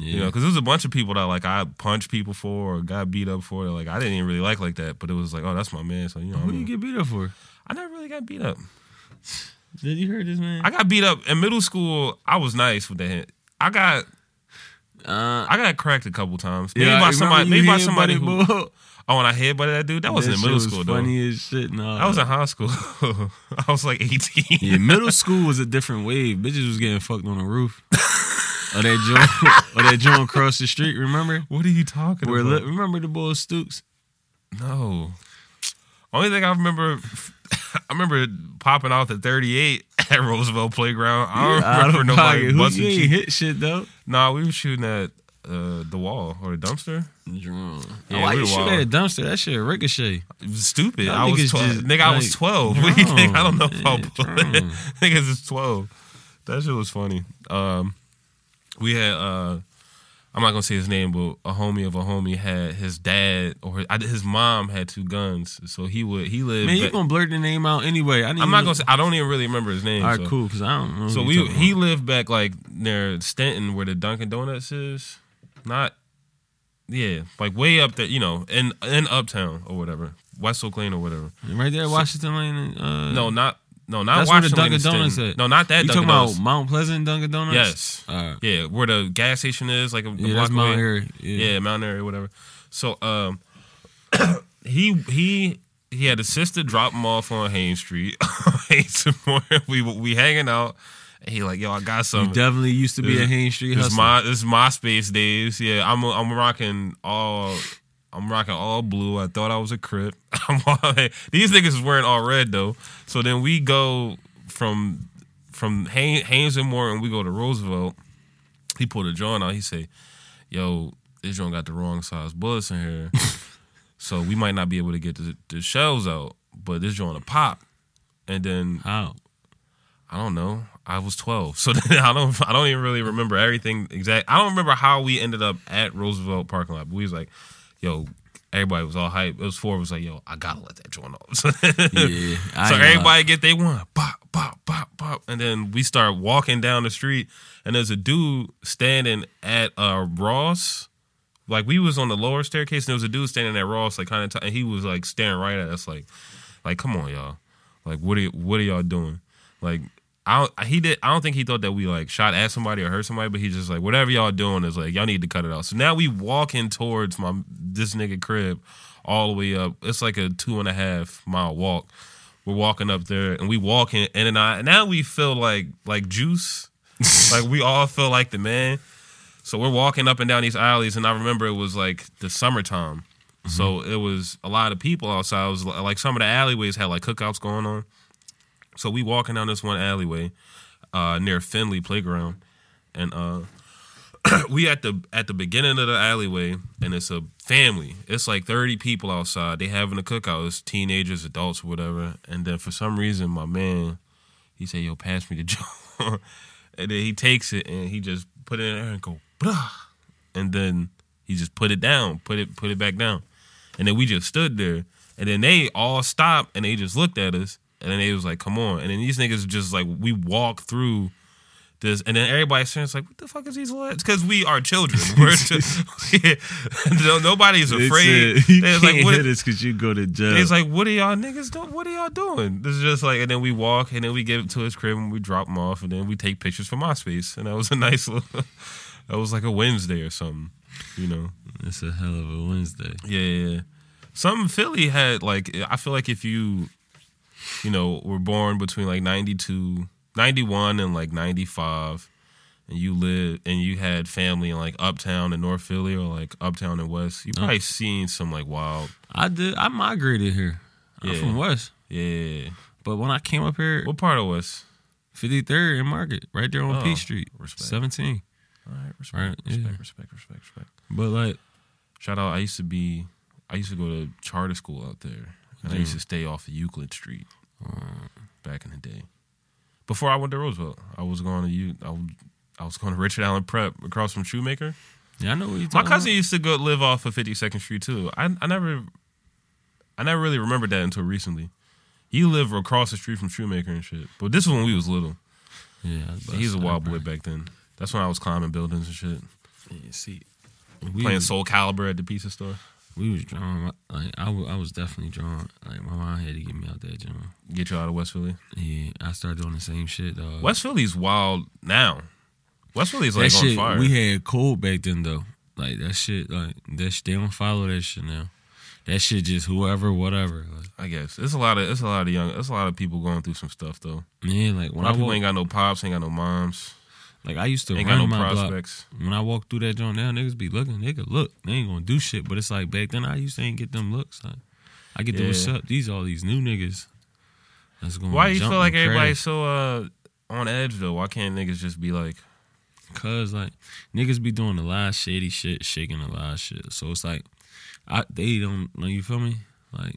A: You know,
B: Yeah.
A: because there was a bunch of people that like I punched people for or got beat up for. that, Like I didn't even really like like that, but it was like, oh, that's my man. So you know,
B: Who
A: I'm-
B: you get beat up for?
A: I never really got beat up.
B: Did you hear this man?
A: I got beat up in middle school. I was nice with that. I got
B: uh,
A: I got cracked a couple times. Maybe
B: yeah, I
A: by somebody.
B: remember
A: Maybe
B: you
A: by
B: hearing
A: somebody
B: about
A: who.
B: it, boy.
A: Oh, and I head by that dude. That wasn't in
B: That
A: middle
B: shit
A: school
B: was
A: though.
B: Funny as shit. No,
A: I was in high school. I was like eighteen.
B: Yeah, middle school was a different wave. Bitches was getting fucked on the roof. or that joint, or that joint across the street. Remember?
A: What are you talking
B: Where
A: about?
B: li- remember the boy Stooks?
A: no. Only thing I remember, I remember popping off at 38 at Roosevelt Playground. I don't
B: Out
A: remember
B: of
A: nobody
B: pocket. Who
A: busting
B: you ain't
A: cheeks.
B: hit shit though?
A: Nah, we were shooting at uh, the wall or the dumpster.
B: Drunk.
A: Yeah,
B: Oh, Why
A: we
B: you
A: were
B: shoot
A: wild.
B: at a dumpster? That shit ricochet.
A: It was stupid.
B: Y'all
A: I was
B: niggas
A: twelve.
B: just,
A: Nigga, I was
B: like,
A: twelve. What do you think? I don't know
B: drunk.
A: if I'll
B: Yeah,
A: play.
B: drunk.
A: Niggas is twelve. That shit was funny. Um, we had uh, I'm not gonna say his name, but a homie of a homie had his dad or his, I- his mom had two guns, so he would he lived.
B: Man, you
A: back-
B: gonna blurt the name out anyway. I didn't
A: I'm not
B: even-
A: gonna. Say, I don't even really remember his name.
B: All right,
A: so.
B: cool. Because I don't know.
A: So
B: who
A: we
B: you talking
A: he
B: about.
A: lived back like near Stanton where the Dunkin' Donuts is, not yeah, like way up there, you know, in in Uptown or whatever, West Oak Lane or whatever.
B: right there, at Washington Lane. and, Uh,
A: No, not no, not
B: Hmm. That's where the
A: Washington
B: Dunkin'
A: and Stanton.
B: Donuts at.
A: No, not that.
B: you talking
A: Dunkin'
B: about
A: Donuts.
B: Mount Pleasant Dunkin' Donuts?
A: Yes.
B: All right.
A: Yeah, where the gas station is, like a, a
B: Yeah,
A: block
B: that's Mount
A: away.
B: Airy. Yeah.
A: Yeah. Mount Airy, whatever. So, um, he he he had a sister drop him off on Haines Street. Haines and Moore. we we hanging out. And he like, yo, I got
B: You
A: something.
B: definitely used to be
A: This-
B: a Haines Street
A: This
B: hustler.
A: is my this is MySpace days. Yeah, I'm I'm rocking all I'm rocking all blue. I thought I was a crip. I'm all, these niggas is wearing all red though. So then we go from from Hay- Haynes and Morton. We go to Roosevelt. He pulled a joint out. He say, "Yo, this joint got the wrong size bullets in here, so we might not be able to get the, the shells out. But this joint a pop." And then
B: How?
A: I don't know. I was twelve, so then I don't. I don't even really remember everything exact. I don't remember how we ended up at Roosevelt parking lot. But we was like, "Yo, everybody was all hype." It was four. of us like, "Yo, I gotta let that joint off." so
B: Yeah. I
A: so
B: ain't lying.
A: everybody get they one, bop, bop, bop, bop, and then we start walking down the street, and there's a dude standing at uh Ross. Like we was on the lower staircase, and there was a dude standing at Ross, like kind of, t- and he was like staring right at us, like, like come on, y'all, like what are y- what are y'all doing? Like I don't, he did. I don't think he thought that we like shot at somebody or hurt somebody, but he just like whatever y'all doing is like y'all need to cut it out. So now we walking towards my this nigga crib, all the way up. It's like a two and a half mile walk. We're walking up there and we walking and then I now we feel like like juice. like we all feel like the man. So we're walking up and down these alleys and I remember it was like the summertime. So it was a lot of people outside. It was li- like some of the alleyways had like cookouts going on. So we walking down this one alleyway uh near Finley Playground and uh we at the at the beginning of the alleyway and it's a family it's like 30 people outside they having a cookout it's teenagers adults whatever and then for some reason my man he said yo pass me the joint and then he takes it and he just put it in there and go Blah. and then He just put it down, put it put it back down, and then we just stood there, and then they all stopped and they just looked at us, and then they was like, "Come on!" And then these niggas just like we walked through. This, and then everybody's saying, it's like, what the fuck is these lads? Because we are children. We're just, no, nobody's afraid.
B: It's, uh, you
A: They're
B: can't
A: like, what-
B: hit us because you go to jail.
A: it's like, what are y'all niggas doing? What are y'all doing? This is just like, and then we walk, and then we get to his crib, and we drop him off, and then we take pictures for MySpace, and that was a nice little. that was like a Wednesday or something, you know.
B: it's a hell of a Wednesday.
A: Yeah, yeah. yeah. Some Philly had like I feel like if you, you know, were born between like 92, 91 and like ninety five, and you live and you had family in like Uptown and North Philly or like Uptown and West, you probably seen some like wild.
B: I did. I migrated here. I'm
A: Yeah.
B: from West,
A: Yeah.
B: but when I came up here,
A: What part of West?
B: 53rd and Market, right there on
A: Oh,
B: P Street,
A: respect.
B: 17.
A: All right, respect,
B: Right, yeah.
A: respect, respect, respect, respect.
B: But like,
A: Shout out! I used to be, I used to go to charter school out there, and I used to stay off of Euclid Street back in the day. Before I went to Roosevelt, I was going to U, I, w- I was going to Richard Allen Prep across from Shoemaker.
B: yeah, I know what you
A: My
B: talking.
A: cousin used to go live off of Fifty Second Street too. I I never, I never really remembered that until recently. He lived across the street from Shoemaker and shit. But this was when we was little.
B: About. Yeah, I was about
A: He's a
B: to say,
A: wild
B: bro.
A: boy back then. That's when I was climbing buildings and shit,
B: Yeah, see, we
A: playing
B: was,
A: Soul Caliber at the pizza store.
B: we was drawn. Like I, wa- I was definitely drawn. Like my mom had to get me out there, John.
A: Get you out of West Philly.
B: Yeah, I started doing the same shit. Dog.
A: West Philly's wild now. West Philly's
B: that
A: like on
B: shit?
A: fire.
B: We had cold back then though. Like that shit. Like that shit. They don't follow that shit now. That shit just whoever, whatever. Like,
A: I guess it's a lot of it's a lot of young. It's a lot of people going through some stuff though.
B: yeah, like
A: A
B: when
A: lot
B: I
A: of people
B: walk-
A: ain't got no pops, ain't got no moms,
B: Like I used to
A: ain't
B: run
A: got no
B: my block.
A: prospects.
B: When I walk through that joint now, niggas be looking. Nigga, look, they ain't gonna do shit. But it's like back then, I used to ain't get them looks. Like, I get the what's
A: Yeah.
B: up. These all these new niggas. That's going.
A: Why do you feel like everybody's so uh on edge though? Why can't niggas just be like,
B: Cause like niggas be doing a lot of shady shit, shaking a lot of shit. So it's like, I they don't. Like, you feel me? Like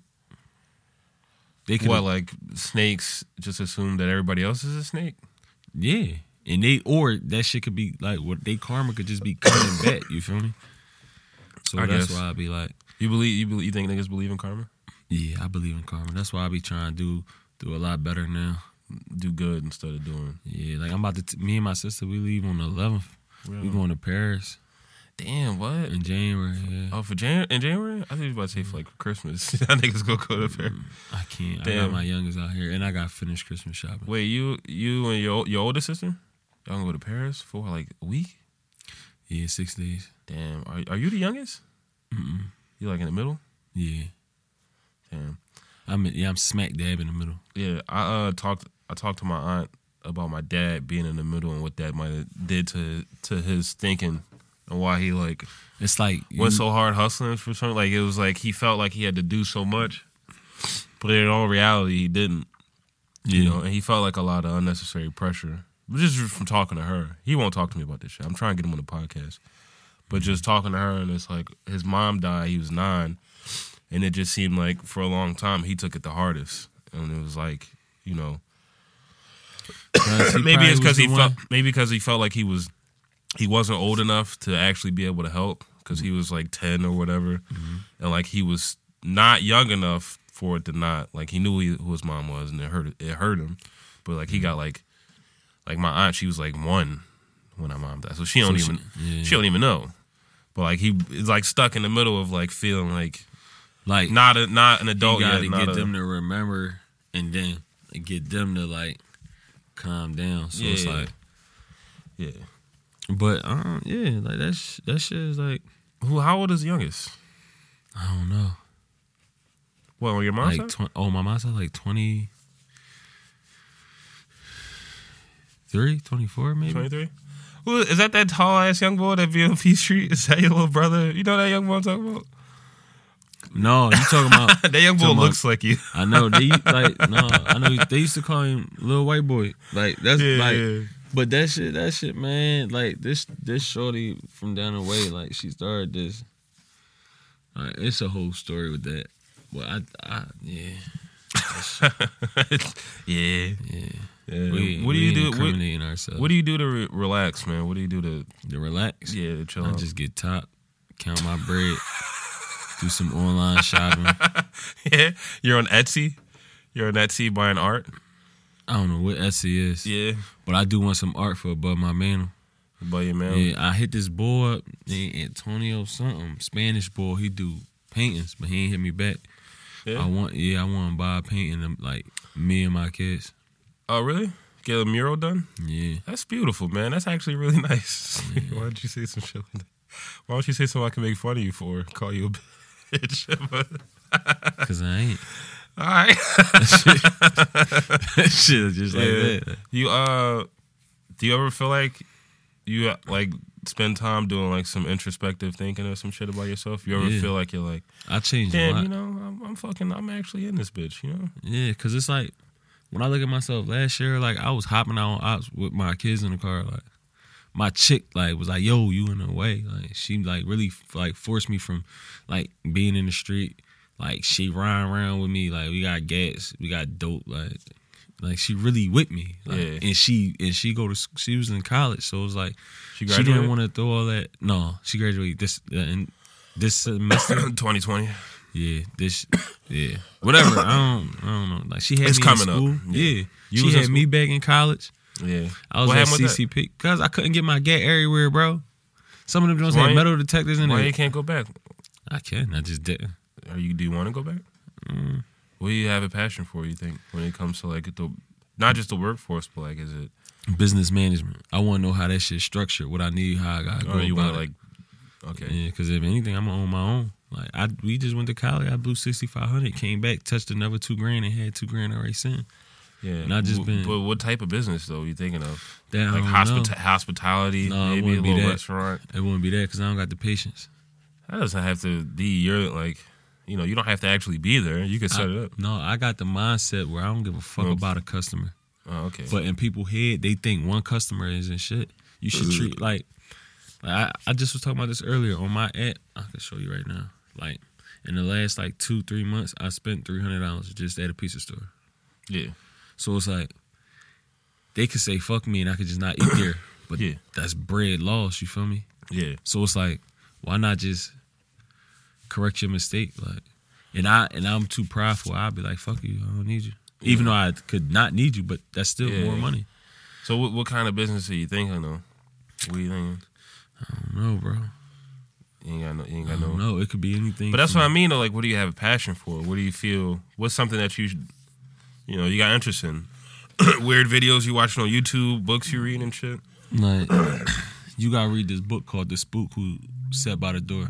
B: they could.
A: what, like snakes just assume that everybody else is a snake?
B: yeah. And they or that shit could be like what they karma could just be coming back. You feel me? So
A: I
B: that's
A: guess.
B: why I be like.
A: You believe you believe you think niggas believe in karma?
B: Yeah, I believe in karma. That's why I be trying to do do a lot better now.
A: Do good instead of doing.
B: Yeah, like I'm about to. T- me and my sister, we leave on the 11th. We going to Paris
A: Damn, what?
B: in January. Yeah.
A: Oh, for Jan in January? I think you was about to say for like Christmas. that niggas gonna go to Paris.
B: I can't. I
A: Damn.
B: got my youngest out here, and I got finished Christmas shopping.
A: Wait, you you and your your older sister? Y'all gonna go to Paris for like a week?
B: Yeah, six days.
A: Damn, are are you the youngest?
B: Mm-mm.
A: You like in the middle?
B: Yeah,
A: Damn.
B: I'm. in- Yeah, I'm smack dab in the middle.
A: Yeah, I uh talked I talked to my aunt about my dad being in the middle and what that might have did to to his thinking and why he like
B: It's like you,
A: went so hard hustling for something. Like it was like he felt like he had to do so much, but in all reality, he didn't. You
B: Yeah.
A: know, and he felt like a lot of unnecessary pressure just from talking to her. He won't talk to me about this shit. I'm trying to get him on the podcast, but just talking to her and it's like his mom died. He was nine, and it just seemed like for a long time he took it the hardest, and it was like you know
B: cause he
A: maybe
B: probably
A: it's
B: was
A: because
B: the
A: he
B: one-
A: felt maybe because he felt like he was he wasn't old enough to actually be able to help because he was like 10 or whatever
B: Mm-hmm.
A: and like he was not young enough for it to not like he knew he, who his mom was and it hurt it hurt him but like he
B: Mm-hmm.
A: got like like my aunt she was like one when my mom died so she don't
B: So she-
A: even
B: yeah.
A: she don't even know but like he is like stuck in the middle of like feeling like
B: like
A: not a not an
B: you
A: adult
B: gotta
A: yet not
B: get
A: a-
B: them to remember, and then get them to like calm down. So it's
A: Yeah.
B: like,
A: yeah
B: but um, yeah, like that's that shit is like
A: who how old is the youngest
B: I don't know.
A: well on your mom's
B: like
A: side?
B: tw- oh my mom's like 23 24 maybe
A: 23? Who is that that tall ass young boy that be on P Street? Is that your little brother? You know that young boy I'm talking about?
B: no you talking about
A: That young boy
B: Talking about-
A: looks like you.
B: i know they like no i know they used to call him little white boy like that's
A: Yeah,
B: like
A: yeah.
B: but that shit that shit man like this this shorty from down the way like she started this like it's a whole story with that well i, I yeah
A: yeah.
B: yeah
A: yeah.
B: We-
A: what do
B: we
A: you do? What,
B: incriminating ourselves
A: what do you do to re- relax, man? What do you do to
B: you to relax
A: yeah um, to chill
B: I
A: out?
B: just get top count my bread, do some online shopping.
A: yeah, you're on Etsy. You're on Etsy buying art.
B: I don't know what Etsy is,
A: Yeah,
B: but I do want some art for above my mantle.
A: buy your man.
B: Yeah, I hit this boy up, named Antonio something, Spanish boy. He do paintings, but he ain't hit me back.
A: Yeah.
B: I want, yeah, I want to buy a painting of like me and my kids.
A: Oh, really? Get a mural done?
B: Yeah,
A: That's beautiful, man. That's actually really nice. Why don't you say some shit like that? Why don't you say something I can make fun of you for? Call you a bitch. But-
B: cause I ain't.
A: All right.
B: That shit is just like
A: Yeah.
B: that.
A: You uh, do you ever feel like you uh, like spend time doing like some introspective thinking or some shit about yourself? You ever
B: Yeah.
A: feel like you're like,
B: I changed a
A: damn,
B: lot.
A: you know, I'm, I'm fucking, I'm actually in this bitch, you know?
B: Yeah, cause it's like when I look at myself last year, like I was hopping out on ops with my kids in the car. Like my chick, like was like, "Yo, you in the way?" Like she like really like forced me from like being in the street. Like she ran around with me. Like we got gas, we got dope. Like like she really with me. Like,
A: Yeah.
B: And she and she go to s- she was in college, so it was like
A: She
B: she
A: graduated.
B: didn't want to throw all that. No, she graduated this uh, in this semester.
A: 2020.
B: Yeah, this. Yeah, whatever. I don't. I don't know. Like she had
A: It's
B: me
A: coming
B: in
A: up.
B: school.
A: Yeah.
B: Yeah,
A: You
B: she
A: was in
B: had me back in college.
A: Yeah.
B: I was
A: What
B: at
A: happened with that?
B: CCP because I couldn't get my gat everywhere, bro. Some of them don't
A: So why
B: have
A: you-
B: metal detectors in
A: Why you
B: it.
A: can't go back?
B: I can. I just mm. didn't.
A: Are you? Do you want to go back? What do you have a passion for? You think when it comes to like the not just the workforce, but like is it?
B: Business management. I want to know how that shit's structured. What I need. How I got.
A: Or
B: Go
A: Oh, you
B: about
A: want
B: it.
A: to like? Okay.
B: Yeah, because if anything, I'm on my own. Like I, we just went to college. I blew sixty five hundred. Came back, touched another two grand, and had two grand already sent.
A: Yeah.
B: Not just
A: W-
B: been-
A: But what type of business though? You thinking of
B: That I
A: like
B: don't
A: hospita-
B: know.
A: hospitality?
B: No, it
A: maybe a
B: wouldn't be
A: little
B: that.
A: restaurant.
B: It wouldn't be that because I don't got the patience.
A: That doesn't have to be your like. You know, you don't have to actually be there. You can set
B: I-
A: it up.
B: No, I got the mindset where I don't give a fuck
A: Oh.
B: about a customer.
A: Oh, okay.
B: But in people's head, they think one customer is and shit. You should
A: Ugh.
B: treat like, like I, I just was talking about this earlier on my app. I can show you right now. Like in the last like two three months, I spent three hundred dollars just at a pizza store.
A: yeah.
B: So it's like they could say fuck me and I could just not eat there. But
A: Yeah.
B: that's bread loss. You feel me?
A: Yeah.
B: So it's like, why not just correct your mistake? Like, and I and I'm too prideful. I'll be like, fuck you, I don't need you. Even though I could not need you, but that's still
A: Yeah.
B: more money.
A: So what, what kind of business are you thinking though? What you thinking?
B: I don't know, bro.
A: You ain't got no. You ain't
B: I
A: got
B: don't
A: no.
B: know. It could be anything.
A: But that's
B: from-
A: what I mean though. Like, what do you have a passion for? What do you feel? What's something that you, should, you know, you got interest in? Weird videos you watching on YouTube, books you read and shit.
B: like. you gotta read this book called The Spook Who Sat by the Door.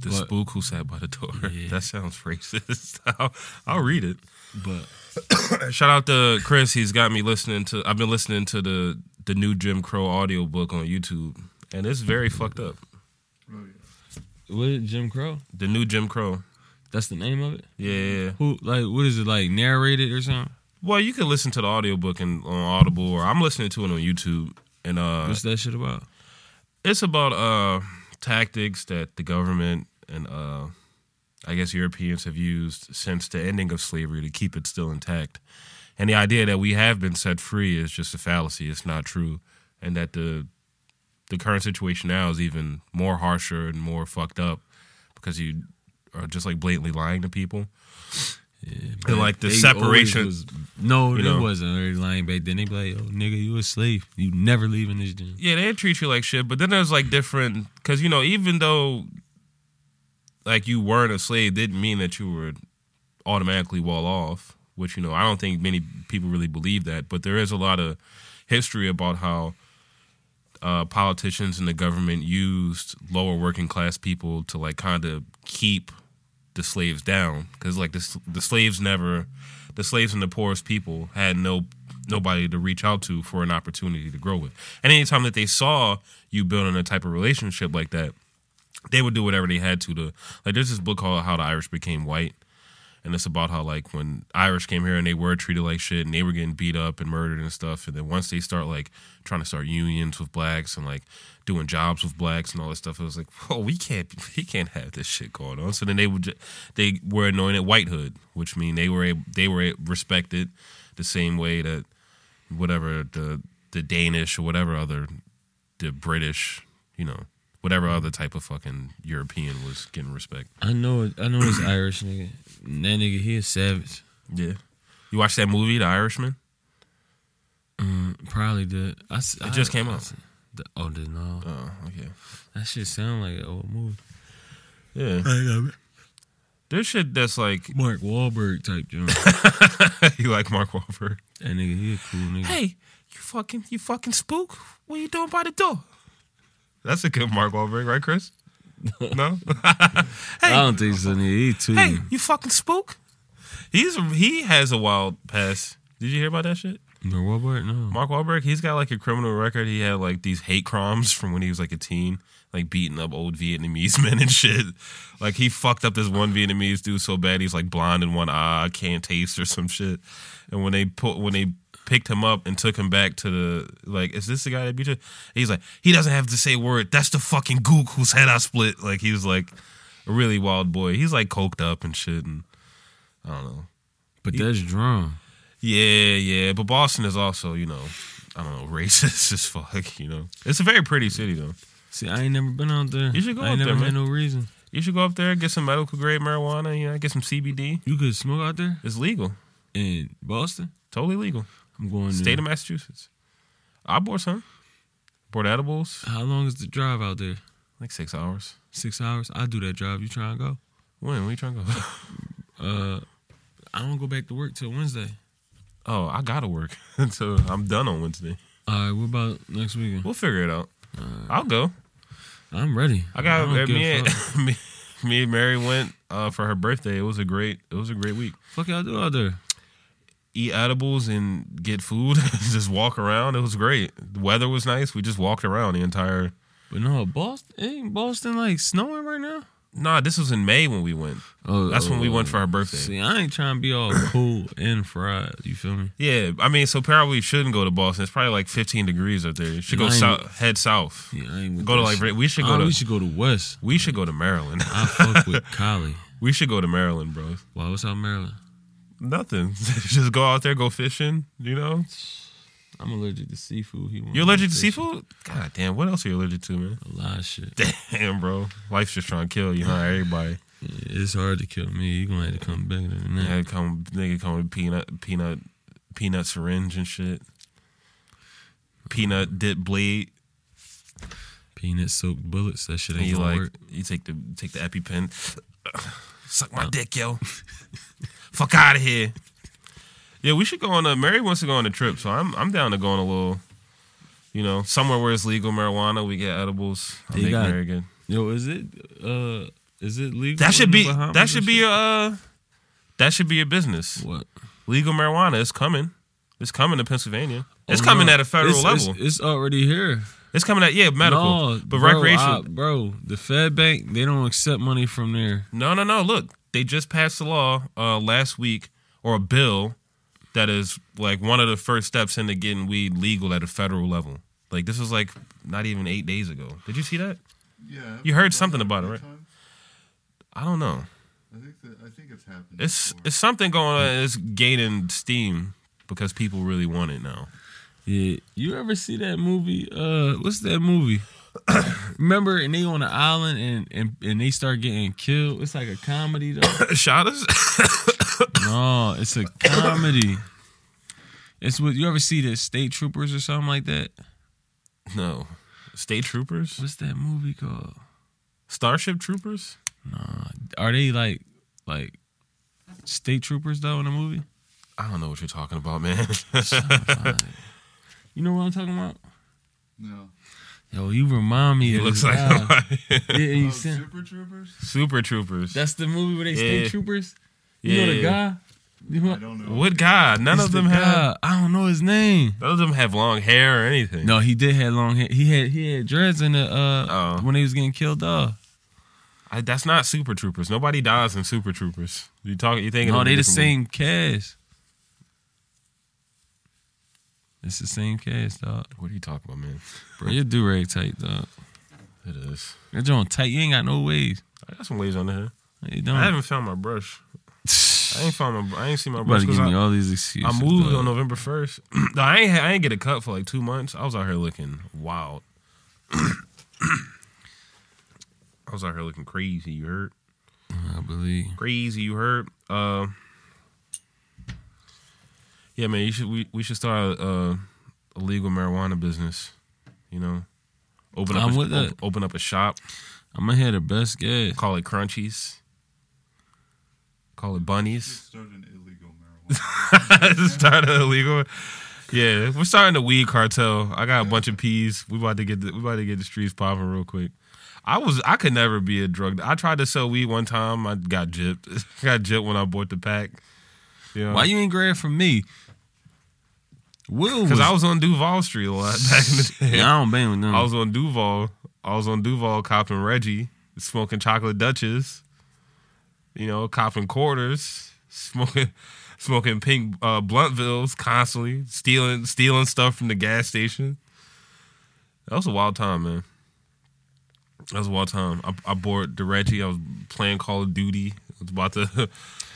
A: The
B: But-
A: spook who sat by the door.
B: Yeah.
A: That sounds racist. I'll, I'll read it.
B: But
A: Shout out to Chris. He's got me listening to. I've been listening to the the new Jim Crow audiobook on YouTube, and it's very fucked up.
B: what is Jim Crow?
A: The new Jim Crow.
B: That's the name of it.
A: Yeah, yeah. yeah.
B: Who like what is it like narrated or something?
A: Well, you can listen to the audiobook in, on Audible, or I'm listening to it on YouTube, and uh,
B: What's that shit about?
A: it's about uh tactics that the government and uh I guess Europeans have used since the ending of slavery to keep it still intact. And the idea that we have been set free is just a fallacy. It's not true. And that the the current situation now is even more harsher and more fucked up because you are just like blatantly lying to people. And like the
B: They
A: separation
B: always was- no,
A: you
B: it
A: know.
B: wasn't already lying back then. They be like, "Yo, nigga, you a slave. You never leaving this gym."
A: Yeah, they treat you like shit. But then there's like different because you know even though like you weren't a slave didn't mean that you were automatically well off. Which you know I don't think many people really believe that. But there is a lot of history about how uh, politicians and the government used lower working class people to like kind of keep the slaves down because like the s- the slaves never the slaves and the poorest people had no nobody to reach out to for an opportunity to grow with. And anytime that they saw you building a type of relationship like that, they would do whatever they had to to like. There's this book called How the Irish Became White. And it's about how like when Irish came here and they were treated like shit and they were getting beat up and murdered and stuff. And then once they start like trying to start unions with blacks and like doing jobs with blacks and all this stuff, it was like, oh, we can't we can't have this shit going on. So then they would ju- they were anointed whitehood, which mean they were a, they were respected the same way that whatever the the Danish or whatever other the British, you know, whatever other type of fucking European was getting respect.
B: I know it. I know it's Irish nigga. That nigga he is savage.
A: Yeah. You watch that movie, The Irishman?
B: Mm, probably did. I, s- I-
A: just came
B: I
A: out.
B: s- the- oh, did no.
A: Oh, okay.
B: That shit sound like an old movie.
A: Yeah. There's shit that's like
B: Mark Wahlberg type joint.
A: you like Mark Wahlberg.
B: that nigga, he a cool nigga.
A: Hey, you fucking you fucking spook. What you doing by the door? That's a good Mark Wahlberg, right, Chris? No.
B: I don't think so. Nigga. He too.
A: hey, you fucking spook. He's he has a wild past. Did you hear about that shit?
B: Mark Wahlberg, no.
A: Mark Wahlberg, he's got like a criminal record. He had like these hate crimes from when he was like a teen, like beating up old Vietnamese men and shit. Like he fucked up this one Vietnamese dude so bad he's like blind in one eye, can't taste or some shit. And when they put when they picked him up and took him back to the like, is this the guy that beat you? He's like, he doesn't have to say a word. That's the fucking gook whose head I split. Like he was like a really wild boy. He's like coked up and shit and I don't know.
B: But that's drum.
A: Yeah, yeah, but Boston is also, you know, I don't know, racist as fuck. You know, it's a very pretty city though.
B: See, I ain't never been out there.
A: You should go
B: I ain't
A: out
B: never
A: there,
B: had no reason.
A: You should go up there, get some medical grade marijuana, you know, get some CBD.
B: You could smoke out there
A: It's legal,
B: in Boston.
A: totally legal.
B: I'm going.
A: State
B: there.
A: of Massachusetts. I bought some, bought edibles,
B: How long is the drive out there?
A: like six hours.
B: Six hours. I do that drive. You trying to go?
A: When? Where you trying to go?
B: Uh, I don't go back to work till Wednesday.
A: oh, I gotta work, so I'm done on Wednesday.
B: All right. What about next weekend?
A: We'll figure it out. I'll go.
B: I'm ready.
A: I got
B: Uh, don't give
A: me,
B: a
A: and,
B: fuck.
A: me. Me and Mary went uh, for her birthday. It was a great. It was a great week.
B: Fuck y'all do out there.
A: eat edibles and get food, just walk around. It was great. The weather was nice. We just walked around the entire.
B: But no, Boston ain't Boston like snowing right now.
A: Nah, this was in May when we went.
B: Oh,
A: That's when we went for her birthday.
B: See, I ain't trying to be all cool and fried. You feel me?
A: Yeah, I mean, so probably shouldn't go to Boston. It's probably like 15 degrees up there. You should go
B: Nine-
A: south, head south.
B: Yeah, I ain't with
A: Go to
B: that
A: like
B: shit.
A: we should
B: Nah,
A: go
B: we
A: to
B: should Uh, go to West.
A: we should go to Maryland.
B: I fuck with Cali.
A: we should go to Maryland, bro.
B: Why? What's up, Maryland?
A: Nothing. just go out there, go fishing. You know,
B: I'm allergic to seafood. He
A: you're allergic to seafood. God damn, what else are you allergic to, man?
B: A lot of shit.
A: Damn, bro, life's just trying to kill you, huh? Everybody.
B: It's hard to kill me. You gonna have to come bigger than that.
A: Yeah, come nigga come with peanut peanut peanut syringe and shit. Peanut dip bleed.
B: Peanut soaked bullets. That shit
A: And
B: ain't
A: you
B: gonna
A: like
B: work.
A: you take the take the EpiPen. Suck
B: Oh.
A: my dick, yo. Fuck out of here. Yeah, we should go on a Mary wants to go on a trip, so I'm I'm down to go on a little you know, somewhere where it's legal marijuana, we get edibles. I'll
B: They
A: make
B: got-
A: Mary again.
B: Yo, is it uh, is it legal?
A: That should
B: in the
A: be
B: Bahamas
A: that
B: and
A: should be
B: shit?
A: your uh that should be your business.
B: what?
A: Legal marijuana is coming. It's coming to Pennsylvania. It's
B: Oh,
A: coming
B: no.
A: at a federal
B: It's-
A: level.
B: it's-
A: It's,
B: It's, already here.
A: coming at yeah, medical,
B: No,
A: but
B: bro,
A: recreational.
B: I- bro. The Fed Bank they don't accept money from there.
A: no, no, no. Look, they just passed a law uh, last week or a bill that is like one of the first steps into getting weed legal at a federal level. Like this was like not even eight days ago. Did you see that?
C: Yeah.
A: You heard
C: I've
A: something
C: done
A: about
C: that
A: it,
C: a
A: right?
C: few times.
A: I don't know.
C: I think that I think it's happened.
A: It's
C: before.
A: it's something going on. It's gaining steam because people really want it now.
B: Yeah, you ever see that movie? Uh, what's that movie? Remember, and they on an island and and and they start getting killed. It's like a comedy though.
A: Shot us.
B: No, it's a comedy. It's what you ever see the state troopers or something like that.
A: no, state troopers,
B: What's that movie called?
A: Starship Troopers.
B: Are they like like state troopers though in the movie?
A: I don't know what you're talking about, man.
B: You know what I'm talking about?
C: no.
B: Yo, you remind me.
A: it
B: of
A: looks
B: this
A: like
B: guy.
A: nobody.
B: Yeah, and you
C: Oh,
B: seen-
C: Super Troopers.
A: Super Troopers.
B: that's the movie where they state
A: Yeah.
B: troopers. You know the guy. You know,
C: I don't know.
A: What guy? None
B: it's
A: of
B: the
A: them have.
B: guy. I don't know his name.
A: None of them have long hair or anything.
B: No, he did have long hair. He had he had dreads in the uh
A: Oh.
B: when he was getting killed off.
A: I, that's not Super Troopers. Nobody dies in Super Troopers. You talking? You thinking? of
B: No,
A: a
B: they the
A: different
B: same cast. It's the same cast, dog.
A: movie. What are you talking about, man?
B: Bro, your do rag tight, dog.
A: It is.
B: Your joint tight. You ain't got no waves.
A: I got some waves on the hair.
B: No, You
A: I
B: don't.
A: haven't found my brush. I
B: You
A: ain't found my. I ain't seen my
B: about
A: brush
B: to give
A: because
B: me
A: I,
B: all these excuses.
A: I moved
B: dog.
A: on November first. I ain't. I ain't get a cut for like two months. I was out here looking wild. I was out here looking crazy. You heard?
B: I believe.
A: Crazy. You heard? Uh, yeah, man. You should. We, we should start a, a legal marijuana business. You know, open up.
B: I'm
A: a,
B: with
A: op-
B: that.
A: open up a shop.
B: I'm gonna have the best gas.
A: Call it Crunchies. Call it
C: You
A: Bunnies.
C: start an illegal marijuana.
A: start a legal. Yeah, we're starting the weed cartel. I got a bunch of peas. We about to get the, we about to get the streets popping real quick. I was I could never be a drug. I tried to sell weed one time. I got gypped. got gypped when I bought the pack. Yeah,
B: Why you ain't grab from me? Will
A: Because
B: was.
A: I was on Duval Street a lot back in the day.
B: Yeah, I don't bang with them.
A: I was on Duval. I was on Duval copping Reggie, smoking chocolate Dutches. You know, copping quarters, smoking, smoking pink uh, Bluntvilles constantly, stealing, stealing stuff from the gas station. That was a wild time, man. That was a wild time. I, I bought the Reggie. I was playing Call of Duty. I was about to, I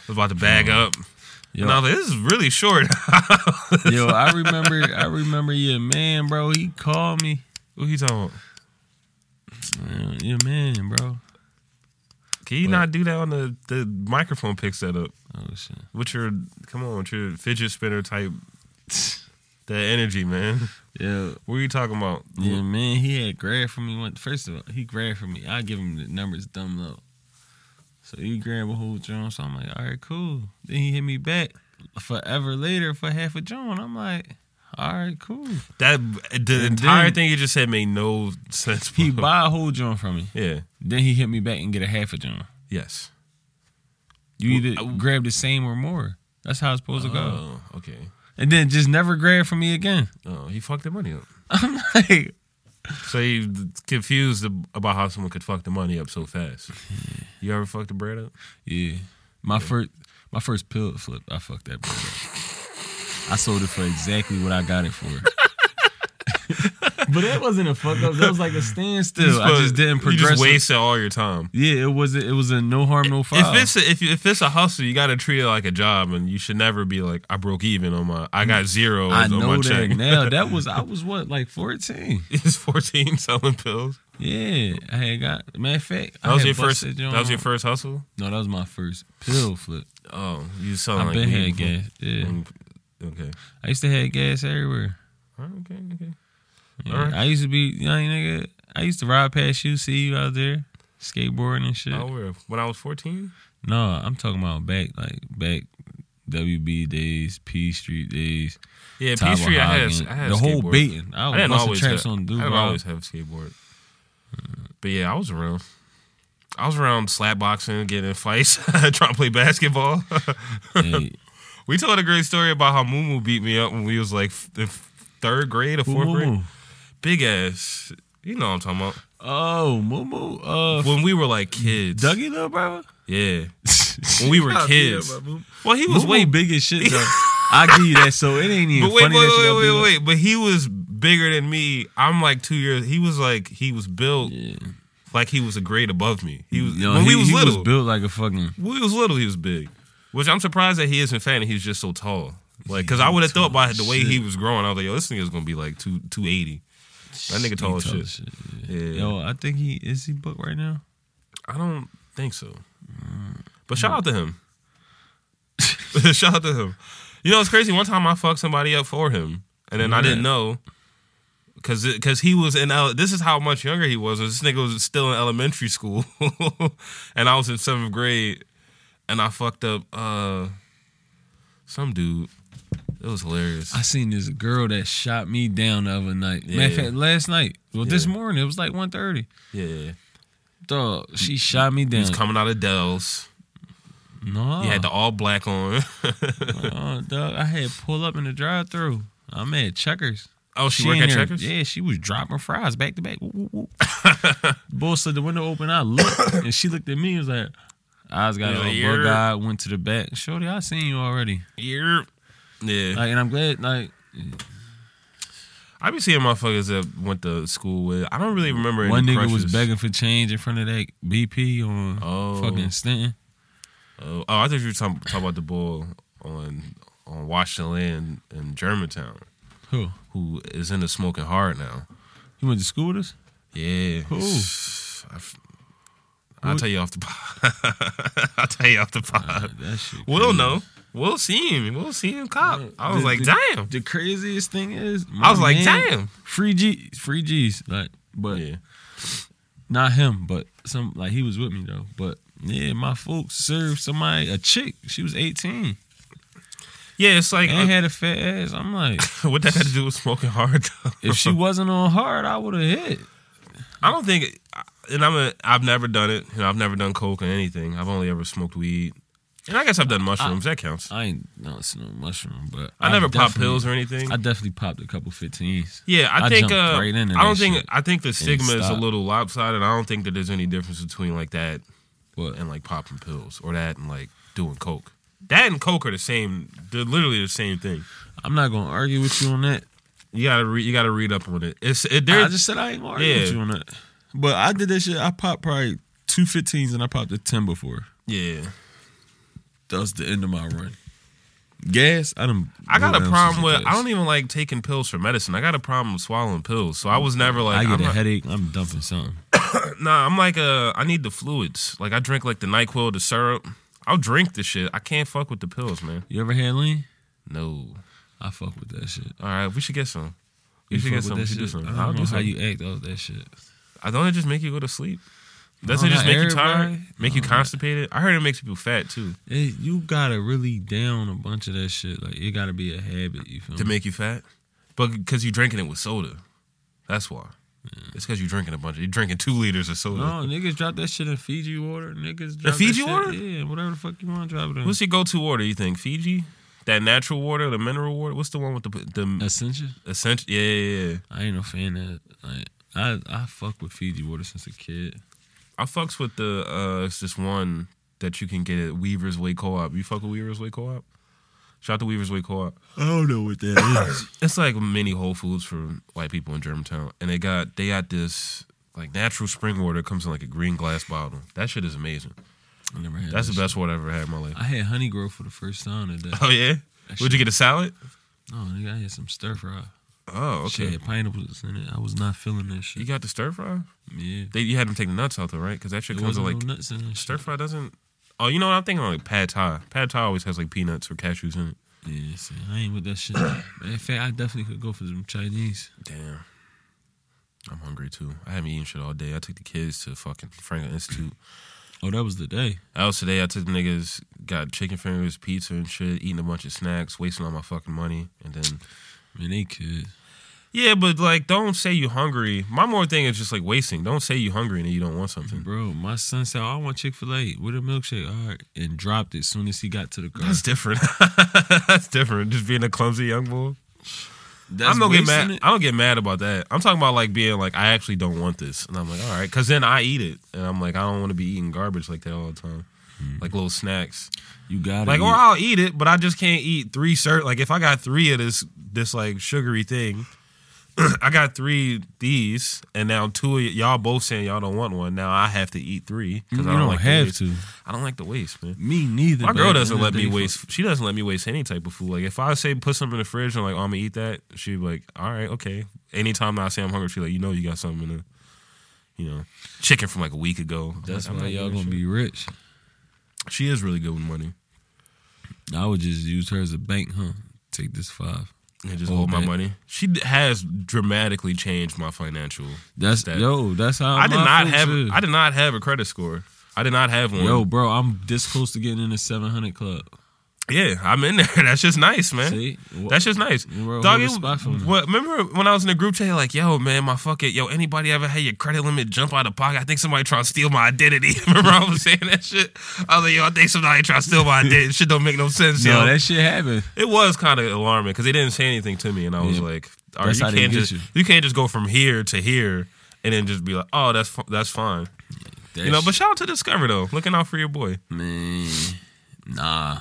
A: was about to bag up.
B: Yo.
A: And I was like, this is really short.
B: Yo, I remember, I remember your man, bro. He called me.
A: what he talking about?
B: Man, Your man, bro.
A: Can you
B: What?
A: not do that on the, the microphone pick setup?
B: Oh shit.
A: What's your come on? What's your fidget spinner type? That energy, man.
B: Yo,
A: What are you talking about?
B: yeah, man. He had grabbed for me. One, first of all, he grabbed for me. I give him the numbers thumbs up. So he grabbed a whole drum. So I'm like, all right, cool. Then he hit me back forever later for half a drum. I'm like, all right, cool.
A: That the
B: And
A: entire
B: then-
A: thing you just said made no sense.
B: He
A: bro.
B: buy a whole drum from me.
A: yeah.
B: Then he hit me back and get a half a drum.
A: Yes.
B: You either
A: Well, I-
B: grab the same or more. That's how it's supposed to go.
A: Oh, okay.
B: And then just never grab from me again.
A: Oh, he fucked the money up.
B: I'm like,
A: So you confused ab- about how someone could fuck the money up so fast. You ever fucked the bread up?
B: yeah. My first my first pill flip, I fucked that bread up. I sold it for exactly what I got it for. but that wasn't a fuck up. That was like a
A: You
B: standstill. I just didn't progress.
A: You just wasted all your time.
B: yeah, it was a, it was a no harm, no foul.
A: If it's a, if you, if it's a hustle, you got to treat it like a job, and you should never be like I broke even on my I got zero
B: Mm. I
A: on my
B: know that
A: check.
B: now. That was I was what like fourteen.
A: It's fourteen selling pills.
B: Yeah, I had got matter of fact.
A: That
B: I
A: was
B: had
A: your first.
B: busted,
A: That was your
B: um,
A: first hustle.
B: No, that was my first pill flip.
A: Oh, you selling
B: I've
A: like Mm.
B: been
A: weed
B: had
A: before?
B: gas. Yeah.
A: Okay.
B: I used to have gas everywhere.
A: Okay. Okay.
B: Yeah,
A: Alright.
B: I used to be young nigga. I used to ride past you, see you out there skateboarding and shit.
A: I were when I was fourteen.
B: No, I'm talking about back like back WB days, P Street days,
A: Yeah,
B: Tyler
A: Peachtree. I had.
B: Hogan,
A: I had
B: the
A: a
B: whole
A: skateboard.
B: beating. I
A: I
B: was
A: didn't
B: busting
A: always.
B: traps
A: Have,
B: on Mm.
A: I didn't
B: Duval.
A: always have a skateboard. But yeah, I was around. I was around slap boxing, getting in fights, trying to play basketball.
B: Hey,
A: we told a great story about how Mumu beat me up when we was like f- in third grade or
B: who
A: fourth grade.
B: Mumu?
A: Big ass. You know what I'm talking about.
B: Oh, Mumu. Uh,
A: When we were like kids.
B: Dougie little brother.
A: Yeah. When we were
B: Yeah,
A: kids.
B: but Mumu-
A: Well, he was
B: Mumu
A: way
B: big as shit though. I give you that. So it ain't even
A: But wait, wait,
B: funny. that you
A: wait,
B: gotta
A: wait,
B: be
A: wait,
B: like-
A: But he was bigger than me. I'm like two years. He was like he was built like he was a grade above me. He was
B: Yo,
A: when
B: he,
A: we was
B: he
A: little.
B: was built like a fucking.
A: when we was little, he was big. Which I'm surprised that he isn't fat and he's just so tall. Like, cause I would have thought by the way he
B: shit.
A: was growing, I was like, yo, this nigga's gonna be like two two eighty. That nigga tall as shit. Yeah.
B: Yo, I think he is he booked right now.
A: I don't think so.
B: Mm.
A: But shout out to him. shout out to him. You know, it's crazy. One time I fucked somebody up for him, and then I didn't
B: Right.
A: know because because he was in ele- this is how much younger he was. This nigga was still in elementary school, and I was in seventh grade, and I fucked up uh some dude. It was hilarious.
B: I seen this girl that shot me down the other night. Matter of
A: Yeah.
B: fact, last night. Well, this
A: Yeah.
B: morning it was like 1.30.
A: yeah,
B: Dog, she shot me
A: Mm-hmm. he
B: down.
A: was coming out of Dell's.
B: no,
A: He
B: Oh.
A: had the all black on.
B: uh, dog, I had pull up in the drive through. I'm at Checkers.
A: oh, she,
B: in
A: worked at
B: there-
A: Checkers.
B: Yeah, she was dropping fries back to back. Woo, woo, woo. Boy slid the window open. I looked and she looked at me. and was like, eyes got
A: Yeah,
B: all
A: you're-
B: bug eyed. Went to the back. Shorty, I seen you already.
A: Yeah. Yeah.
B: Like, and I'm glad. Like
A: I be seeing motherfuckers that went to school with. I don't really remember any
B: one nigga
A: crushes.
B: was begging for change in front of that BP on
A: Oh.
B: fucking Stanton.
A: Oh, oh, I thought you were talking, talking about the boy on on Washington Land in Germantown,
B: Who?
A: who is into smoking hard now.
B: You went to school with us?
A: Yeah.
B: Who?
A: I f- I'll tell you off the pod. I'll tell you off the
B: Nah,
A: pod.
B: that shit
A: We'll
B: crazy.
A: Uh, know. We'll see him. We'll see him cop. I was
B: The-
A: like,
B: the-
A: damn.
B: The craziest thing is,
A: I was
B: my
A: like,
B: man-
A: damn.
B: free G's, free G's, like, but
A: Yeah.
B: not him, but some like he was with me though. But yeah, my folks served somebody a chick. She was eighteen
A: Yeah, it's like,
B: and
A: uh,
B: had a fat ass. I'm like,
A: what that had to do with smoking hard? though?
B: if she wasn't on hard, I would have hit.
A: I don't think, and I'm a, I've never done it, and I've never done coke or anything. I've only ever smoked weed, and I guess I've done mushrooms. that counts. I,
B: I ain't no, it's no mushroom, but
A: never popped
B: definitely-
A: pills or anything.
B: I definitely popped a couple 15s.
A: yeah, I,
B: I
A: think.
B: jumped
A: Uh,
B: right into
A: I don't
B: that
A: think.
B: shit
A: I think the stigma is a
B: stopped.
A: little lopsided. I don't think that there's any difference between like that
B: But
A: and like popping pills or that and like doing coke. That and coke are the same. They're literally the same thing.
B: I'm not gonna argue with you on that.
A: You gotta read. You gotta read up on it. It's it,
B: I
A: there.
B: just said I ain't gonna argue
A: Yeah.
B: with you on that. But I did that shit. I popped probably two 15s and I popped a 10 before.
A: yeah.
B: That was the end of my run. Gas, I done.
A: I got a
B: what else
A: problem
B: is
A: with.
B: gas?
A: I don't even like taking pills for medicine. I got a problem with swallowing pills. So I was never like.
B: Mm. I get
A: I'm
B: a
A: not-
B: headache. I'm dumping something.
A: Nah, I'm like uh, I need the fluids. Like I drink like the Nyquil, the syrup. I'll drink the shit. I can't fuck with the pills, man.
B: You ever had lean?
A: No.
B: I fuck with that shit.
A: All right, we should get some. We
B: You
A: should
B: fuck
A: get
B: with
A: some. We
B: that
A: should do
B: shit.
A: some.
B: I don't
A: I'll
B: know
A: do
B: how
A: some.
B: you act off that shit.
A: I don't it just make you go to sleep. Doesn't
B: No,
A: it just
B: not
A: make you tired?
B: everybody.
A: Make you constipated? I heard it makes people fat too.
B: It, you gotta really down a bunch of that shit. Like it gotta be a habit. You feel
A: To
B: me?
A: make you fat? But because you're drinking it with soda. That's why. It's because you're drinking a bunch of. You're drinking two liters of soda.
B: No, niggas drop that shit in Fiji water. Niggas drop that
A: Fiji
B: shit-
A: water?
B: Yeah, whatever the fuck you want to drop it in.
A: What's your go-to water? You think Fiji? That natural water, the mineral water. What's the one with the the
B: Essential?
A: essential? Yeah, yeah, yeah.
B: I ain't no fan of. it. Like I, I fuck with Fiji water since a kid.
A: I fucks with the uh it's this one that you can get at Weaver's Way Co-op. You fuck with Weaver's Way Co-op? Shout out to Weaver's Way Co-op.
B: I don't know what that is.
A: It's like mini Whole Foods for white people in Germantown. And they got they got this like natural spring water It comes in like a green glass bottle. That shit is amazing.
B: I never had.
A: That's
B: that
A: the best water I ever had in my life.
B: shit. I had honey grow for the first time today.
A: Oh yeah?
B: That
A: Would you get a salad?
B: No, nigga, I had some stir fry.
A: Oh,
B: Shit
A: okay.
B: had pineapples in it. I was not feeling that
A: You
B: shit.
A: got the stir fry?
B: Yeah.
A: They you had them take the nuts out though, right? Because that shit
B: It
A: comes
B: wasn't
A: with like
B: no nuts in that
A: stir
B: shit.
A: fry doesn't Oh, you know what I'm thinking of, like pad thai. Pad thai always has like peanuts or cashews in it.
B: Yeah, see, I ain't with that shit. in fact, I definitely could go for some Chinese.
A: Damn. I'm hungry too. I haven't eaten shit all day. I took the kids to fucking Franklin Institute.
B: Oh, that was the day.
A: I was today. I took the niggas, got chicken fingers, pizza, and shit, eating a bunch of snacks, wasting all my fucking money. And then.
B: Man, they could.
A: Yeah, but like, don't say you hungry. My more thing is just like wasting. Don't say you hungry and then you don't want something.
B: Bro, my son said, I want Chick fil A with a milkshake. All right. And dropped it as soon as he got to the car.
A: That's different. That's different. Just being a clumsy young boy.
B: That's
A: I'm not get
B: wasting
A: mad.
B: it.
A: I don't get mad about that. I'm talking about like being like, I actually don't want this, and I'm like, all right, because then I eat it, and I'm like, I don't want to be eating garbage like that all the time, like little snacks.
B: You got it.
A: Like, or I'll eat it, but I just can't eat three certain. Like, if I got three of this, this like sugary thing, I got three these, and now two of y- y'all both saying y'all don't want one. Now I have to eat three
B: You
A: because I
B: don't
A: don't like the
B: have
A: waste.
B: to.
A: I don't like the waste, man.
B: Me neither.
A: My
B: but
A: girl
B: at the
A: doesn't
B: end of
A: let
B: the
A: me
B: day,
A: waste.
B: fuck-
A: She doesn't let me waste any type of food. Like if I say put something in the fridge and like, oh, I'm gonna eat that, she be like, all right, okay. Anytime I say I'm hungry, she like, you know, you got something in the, you know, chicken from like a week ago. I'm
B: That's
A: like, I'm
B: why
A: not
B: y'all
A: eating
B: gonna
A: shit.
B: be rich.
A: She is really good with money.
B: I would just use her as a bank, huh? Take this five.
A: and just
B: Oh,
A: hold my
B: man.
A: money. She d- has dramatically changed my financial.
B: That's
A: That-
B: yo. That's how
A: I did
B: my
A: not
B: folks
A: have.
B: is.
A: I did not have a credit score. I did not have one.
B: Yo, bro, I'm this close to getting in the 700 club.
A: Yeah, I'm in there. That's just nice, man.
B: See? Wha-
A: That's just nice.
B: You were
A: Dog,
B: holding
A: it-
B: spot for me.
A: what, remember when I was in the group chat, like, yo, man, my fucking, yo, anybody ever had your credit limit jump out of pocket? I think somebody trying to steal my identity. remember I was saying that shit? I was like, yo, I think somebody trying to steal my identity. shit don't make no sense, yo.
B: No, that shit happened.
A: it was kind of alarming because they didn't say anything to me, and I was
B: Yeah.
A: like, all right,
B: That's
A: you
B: how they
A: can't
B: get
A: just, you.
B: you.
A: can't just go from here to here and then just be like, oh, that's fi- that's fine,
B: That
A: you know. But
B: shit-
A: shout out to Discover though, looking out for your boy.
B: man, nah,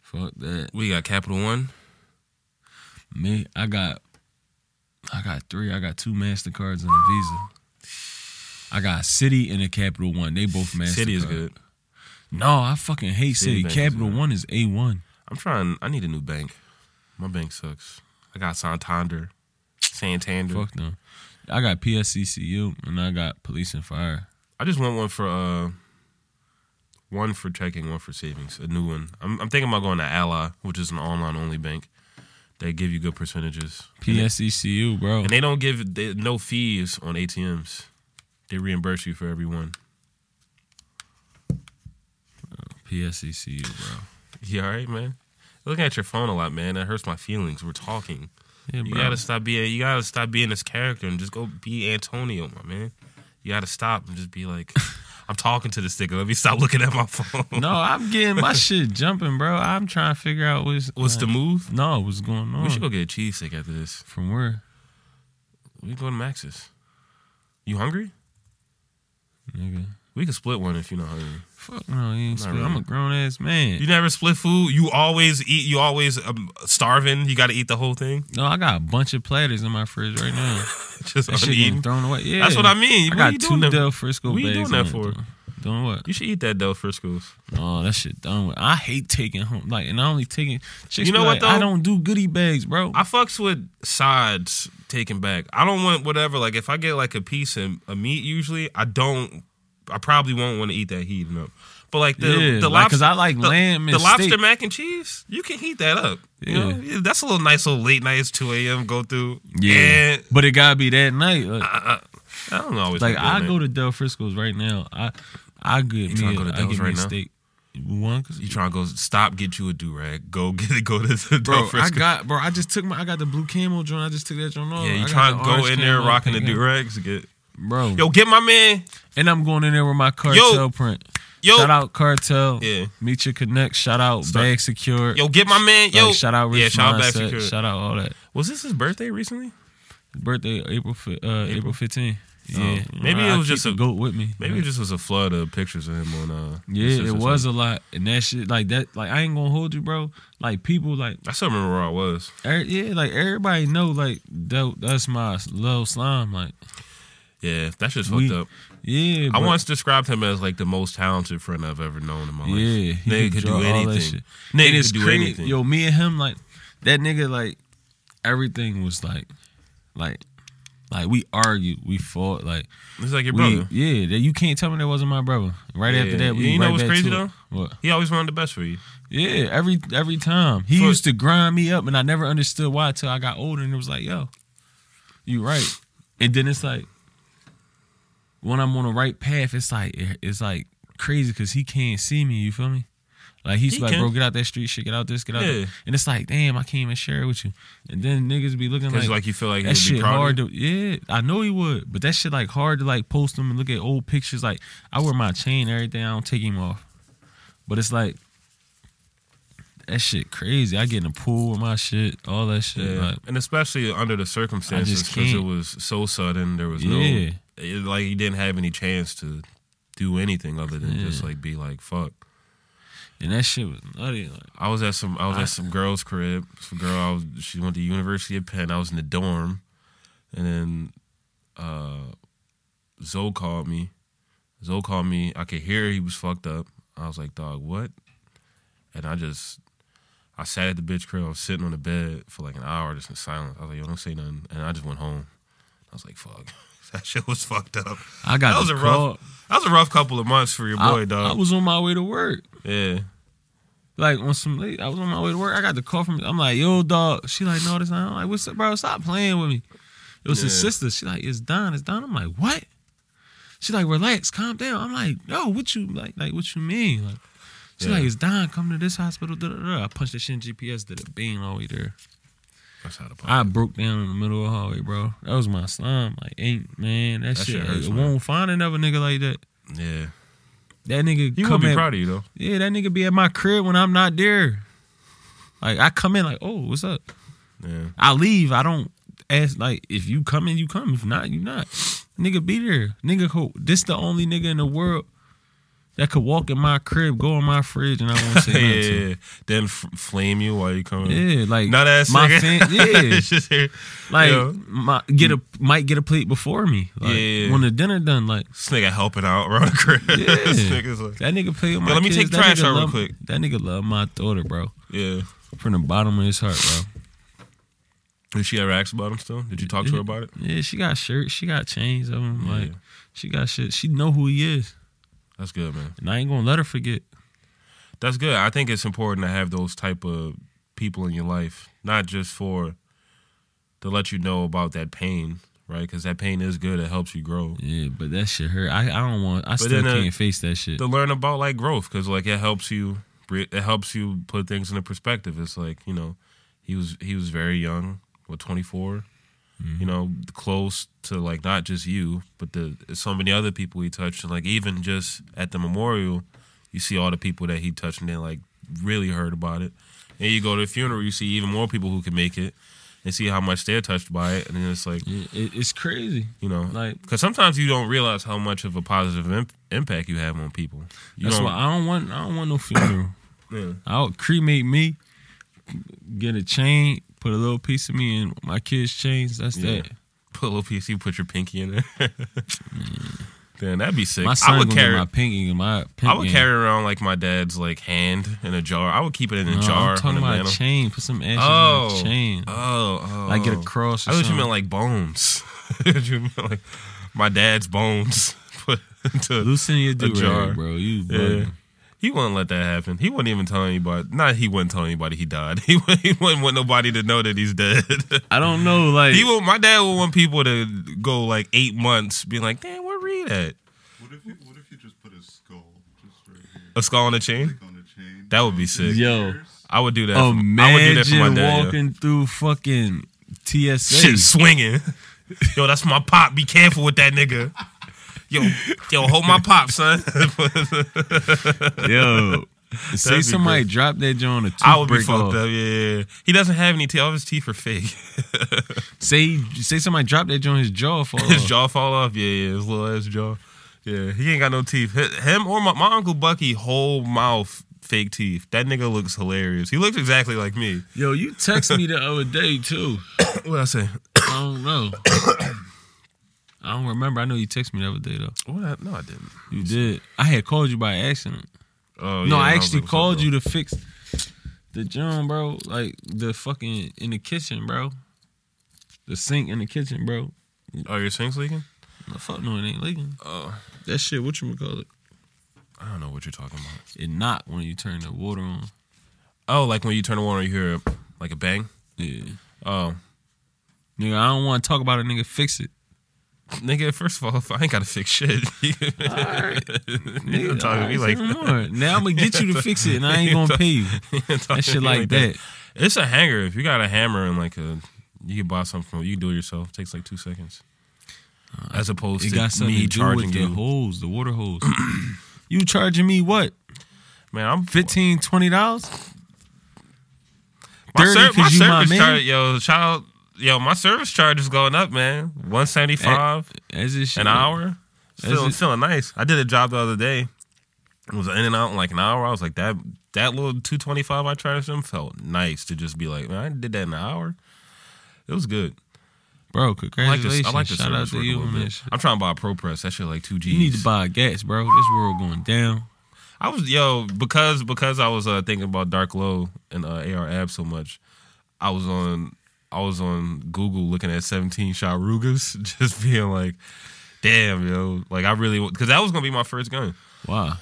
B: fuck that.
A: We got Capital One.
B: Me, I got, I got three. I got two Mastercards and a Visa. I got City and a Capital One. They both Mastercard.
A: City is good.
B: No, I fucking hate City.
A: Citibank is
B: Capital
A: good.
B: One is a one.
A: I'm trying. I need a new bank. My bank sucks. I got Santander, Santander.
B: Fuck them. I got PSCCU and I got Police and Fire.
A: I I just want one for uh, one for checking, one for savings, a new one. I'm, I'm thinking about going to Ally, which is an online only bank. They give you good percentages,
B: PSECU, bro.
A: and they don't give they, no fees on ATMs. They reimburse you for every one.
B: PSECU, bro.
A: You all right, man? Looking at your phone a lot, man. That hurts my feelings. We're talking.
B: Yeah,
A: You
B: bro.
A: gotta stop being. You gotta stop being this character and just go be Antonio, my man. You gotta stop and just be like, I'm talking to the sticker. Let me stop looking at my phone.
B: no, I'm getting my shit jumping, bro. I'm trying to figure out what's uh,
A: What's the move?
B: no, what's going on?
A: We should go get a cheesesteak after this.
B: from where?
A: We can go to Max's. You hungry?
B: Nigga.
A: We can split one if you're not hungry.
B: Fuck no, you ain't
A: Not
B: split.
A: really.
B: I'm a grown ass man.
A: You never split food. You always eat. You always um, starving. You got to eat the whole thing.
B: no, I got a bunch of platters in my fridge right now.
A: Just
B: That shit getting
A: uneaten.
B: thrown away. Yeah,
A: That's what I mean.
B: I
A: What
B: got
A: you
B: two
A: doing that-
B: Del Frisco
A: what you
B: bags.
A: doing
B: in
A: that
B: it,
A: for?
B: though. Doing what?
A: You should eat that Del Frisco's.
B: Oh, that shit done with. I hate taking home. Like, and I only taking. Chicks
A: You know
B: be
A: what,
B: like, I
A: though?
B: don't do goodie bags, bro.
A: I fucks with sides taken back. I don't want whatever. Like if I get like a piece of a meat, usually I don't. I probably won't want to eat that heating up. But like the
B: Yeah,
A: the
B: like,
A: lobster,
B: 'cause I like
A: the,
B: lamb and
A: the lobster
B: steak.
A: mac and cheese. You can heat that up. You
B: Yeah.
A: know? Yeah, that's a little nice little late nights two a.m. go through.
B: yeah, but it gotta be that night. Like,
A: I don't always
B: Like
A: that,
B: I
A: man.
B: go to Del Frisco's right now. I I good
A: You tryna
B: meal.
A: go to
B: I
A: Del's
B: get me
A: right
B: a
A: now?
B: steak. One, 'cause-
A: You trying to go stop? Get you a do rag. Go get it. Go to the
B: bro.
A: Del
B: I
A: Frisco.
B: got bro. I just took my. I got the blue camo joint. I just took that joint off.
A: yeah,
B: I
A: you
B: got
A: trying
B: the
A: to go
B: orange
A: in there
B: camo,
A: rocking the
B: pink
A: do
B: camo.
A: rags? Get
B: bro.
A: yo, get my man.
B: and I'm going in there with my cartel print.
A: Yo.
B: shout out cartel.
A: Yeah.
B: meet your connect. Shout out
A: Start-
B: bag secure.
A: Yo, get my man. Yo,
B: Like, shout out rich
A: yeah, shout out
B: mindset.
A: back secure.
B: Shout out all that.
A: Was this his birthday recently?
B: Birthday April fi- uh, April fifteenth. Yeah,
A: Maybe it
B: I
A: was
B: keep
A: just
B: the
A: a-
B: goat with me.
A: Maybe it just was a flood of pictures of him on uh
B: Yeah,
A: Insta or
B: it was
A: something.
B: a lot, and that shit like that. Like I ain't gonna hold you, bro. Like people, like
A: I still remember where I was.
B: er, yeah, like everybody know, like that, that's my little slime. Like
A: Yeah, that's just
B: We-
A: fucked up.
B: yeah,
A: I
B: but-
A: once described him as like the most talented friend I've ever known in my life.
B: Yeah, he
A: nigga
B: could
A: could
B: draw
A: do
B: all that
A: anything.
B: shit. and
A: Nigga
B: it's
A: could do
B: crazy.
A: anything.
B: Yo, me and him, like that nigga, like everything was like, like, like we argued, we fought, like
A: It's like your
B: we,
A: brother.
B: yeah. That you can't tell me that wasn't my brother. Right
A: Yeah,
B: after that, we
A: you know
B: right
A: what's
B: back
A: crazy,
B: to it.
A: though?
B: What?
A: He always wanted the best for you.
B: Yeah, every every time he
A: For-
B: used to grind me up, and I never understood why until I got older, and it was like, yo, you right. And then it's like when I'm on the right path, it's like it- it's like crazy because he can't see me. You feel me? Like he's
A: He
B: like,
A: can.
B: bro, get out that street shit, get out this, get out.
A: Yeah.
B: That. And it's like, damn, I can't even share it with you. And then niggas be looking
A: Because
B: like.
A: like, you feel like he
B: that
A: would be
B: shit
A: proud. of
B: hard
A: you.
B: to yeah, I know he would, but that shit like hard to like post them and look at old pictures. Like I wear my chain, and everything. I don't take him off, but it's like that shit crazy. I get in the pool with my shit, all that shit.
A: Yeah.
B: Like,
A: and especially under the circumstances, because it
B: can't.
A: was so sudden. There was
B: Yeah.
A: no, it, like he didn't have any chance to do anything other than just like be like fuck.
B: and that shit was nutty. Like,
A: I was at some I was at some girl's crib. Some girl I was she went to University of Penn. I was in the dorm, and then uh, Zoe called me. Zoe called me. I could hear he was fucked up. I was like, dog, what? And I just I sat at the bitch crib. I was sitting on the bed for like an hour just in silence. I was like, yo, don't say nothing. And I just went home. I was like, fuck. That shit was fucked up.
B: I got
A: That was
B: the
A: a
B: call.
A: rough. That was a rough couple of months for your boy,
B: I,
A: dog.
B: I was on my way to work.
A: yeah.
B: Like on some late, I was on my way to work. I got the call from. I'm like, yo, dog. She like, no, this. Not. I'm like, what's up, bro? Stop playing with me. It was his
A: Yeah.
B: sister. She like, it's Don. It's Don. I'm like, what? She like, relax, calm down. I'm like, no, what you like? Like, what you mean? Like, she
A: Yeah.
B: like, it's Don. Come to this hospital. Da, da, da. I punched the shit in GPS. Did a beam all the way there.
A: That's how the podcast.
B: I broke down in the middle of the hallway, bro. That was my slime. Like, ain't man, that,
A: That
B: shit.
A: shit hurts,
B: I
A: man.
B: won't find another nigga like that.
A: Yeah.
B: That nigga
A: He
B: come
A: would be
B: at-
A: proud of you though.
B: yeah, that nigga be at my crib when I'm not there. Like I come in like, oh, what's up?
A: Yeah.
B: I leave. I don't ask like if you come in, you come. If not, you not. Nigga be there. Nigga ho this the only nigga in the world that could walk in my crib, go in my fridge, and I won't say
A: yeah,
B: nothing.
A: yeah,
B: to.
A: yeah. Then f- flame you while you coming.
B: Yeah, like
A: Not ass
B: my
A: nigga.
B: fan, yeah,
A: It's just here.
B: like
A: Yeah.
B: my, get a might get a plate before me, like
A: Yeah.
B: when the dinner done, like
A: this nigga helping out around the crib.
B: Yeah.
A: this nigga's like,
B: that nigga play with my
A: let me
B: kids.
A: take
B: That
A: trash
B: nigga
A: out real
B: love-
A: quick.
B: That nigga love my daughter, bro,
A: yeah.
B: from the bottom of his heart, bro.
A: Did she ever ask about him still? Did you talk to her about it?
B: Yeah, she got shirts, she got chains of him. Like
A: Yeah.
B: she got shit. She know who he is,
A: That's good, man.
B: and I ain't gonna let her forget.
A: That's good. I think it's important to have those type of people in your life, not just for to let you know about that pain, right? Because that pain is good. It helps you grow.
B: Yeah, but that shit hurt. I, I don't want. I still
A: then, uh,
B: can't face that shit.
A: To learn about like growth, because like it helps you. re- It helps you put things into perspective. It's like you know, he was he was very young, what twenty
B: Mm-hmm.
A: You know, close to like not just you, but the so many other people he touched, and like even just at the memorial, you see all the people that he touched and they like really heard about it. And you go to the funeral, you see even more people who can make it and see how much they're touched by it. And then it's like,
B: Yeah, it, it's crazy.
A: you know,
B: Like-
A: because sometimes you don't realize how much of a positive imp- impact you have on people. You
B: That's
A: don't-
B: why I don't want. I don't want no funeral.
A: Yeah.
B: I'll cremate me, get a chain, put a little piece of me in my kids' chains. That's
A: Yeah.
B: that.
A: Put a little piece, you put your pinky in there. Damn, that'd be sick.
B: My son
A: I would
B: gonna
A: carry.
B: get my pinky and my. Pink
A: I would carry around like my dad's like hand in a jar. I would keep it in a jar.
B: Oh, Uh, I'm
A: on
B: talking
A: a
B: about a
A: mantle.
B: chain. Put some ashes
A: Oh,
B: in a chain.
A: Oh, oh.
B: Like get a cross. Or
A: I thought you
B: something.
A: meant like bones. you meant like my dad's bones put into.
B: loosen your do
A: jar.
B: rag, bro. You
A: Yeah.
B: bugging.
A: He wouldn't let that happen. He wouldn't even tell anybody. Not he wouldn't tell anybody he died. He wouldn't, he wouldn't want nobody to know that he's dead.
B: I don't know. Like
A: he would, my dad would want people to go like eight months, being like, "Damn, where Reed at?
C: What if you What if you just put a skull just right here,
A: A skull on a chain?
C: like on a chain?
A: That would be sick.
B: Yo.
C: Years?
A: I would do that. for, I would do that for
B: imagine
A: my dad. yo.
B: walking through fucking TSA.
A: Shit swinging. Yo, that's my pop. Be careful with that nigga. Yo, yo, hold my pop, son.
B: Yo, say
A: be
B: somebody dropped that joint on a toothbreak
A: I would be fucked
B: off.
A: up. Yeah, yeah, yeah. He doesn't have any teeth. All his teeth are fake.
B: Say say somebody dropped that joint on his jaw off.
A: his jaw fall off. Yeah, yeah. His little ass jaw. Yeah, he ain't got no teeth. Hi- Him or my, my uncle Bucky, whole mouth fake teeth. That nigga looks hilarious. He looks exactly like me.
B: Yo, you text me the other day too.
A: What I say?
B: I don't know. I don't remember. I know you texted me the other day though.
A: What? I, no, I didn't.
B: You did. I had called you by accident.
A: Oh,
B: no,
A: yeah,
B: I
A: was
B: actually
A: like, what's up,
B: called
A: bro?
B: you to fix the joint, bro. Like the fucking in the kitchen, bro. The sink in the kitchen, bro.
A: Oh, your sink's leaking?
B: No, fuck no, it ain't leaking.
A: Oh,
B: That shit, what you call it?
A: I don't know what you're talking about.
B: It not when you turn the water on.
A: Oh, like when you turn the water, you hear like a bang.
B: Yeah.
A: Oh,
B: Nigga, I don't want to talk about it, nigga. Fix it.
A: nigga. First of all, if I ain't gotta fix shit.
B: Nigga,
A: I'm talking to me
B: alright,
A: like
B: say no more. now I'm gonna get you to fix it, and I ain't gonna pay you. That shit like that.
A: It's a hanger. If you got a hammer and like a, you can buy something from. You can do it yourself. It takes like two seconds. As opposed
B: Uh, It
A: to
B: got something
A: me
B: to do with
A: charging
B: the
A: you.
B: hose, the water hose. you charging me what?
A: Man, I'm
B: 15 dollars?
A: My,
B: 30
A: ser- my
B: 'cause you my
A: service
B: man.
A: charge, yo, child, yo, my service charge is going up, man. One seventy five.
B: As this shit.
A: an hour. It's
B: Is
A: feeling,
B: it-
A: feeling nice. I did a job the other day. It was in and out in like an hour. I was like that that little two twenty five I charged them felt nice to just be like, man, I did that in an hour. It was good.
B: Bro,
A: I like this.
B: congratulations.
A: I like the
B: Shout out
A: service
B: to
A: work a
B: you,
A: little
B: man.
A: bit. I'm trying to buy a pro press. That shit like two G's.
B: You need to buy gas, bro. This world going down.
A: I was yo because because I was uh, thinking about Dark Low and uh, AR Ab so much. I was on I was on Google looking at 17 shot Rugas, just being like, damn yo, like I really because that was gonna be my first gun.
B: Wow.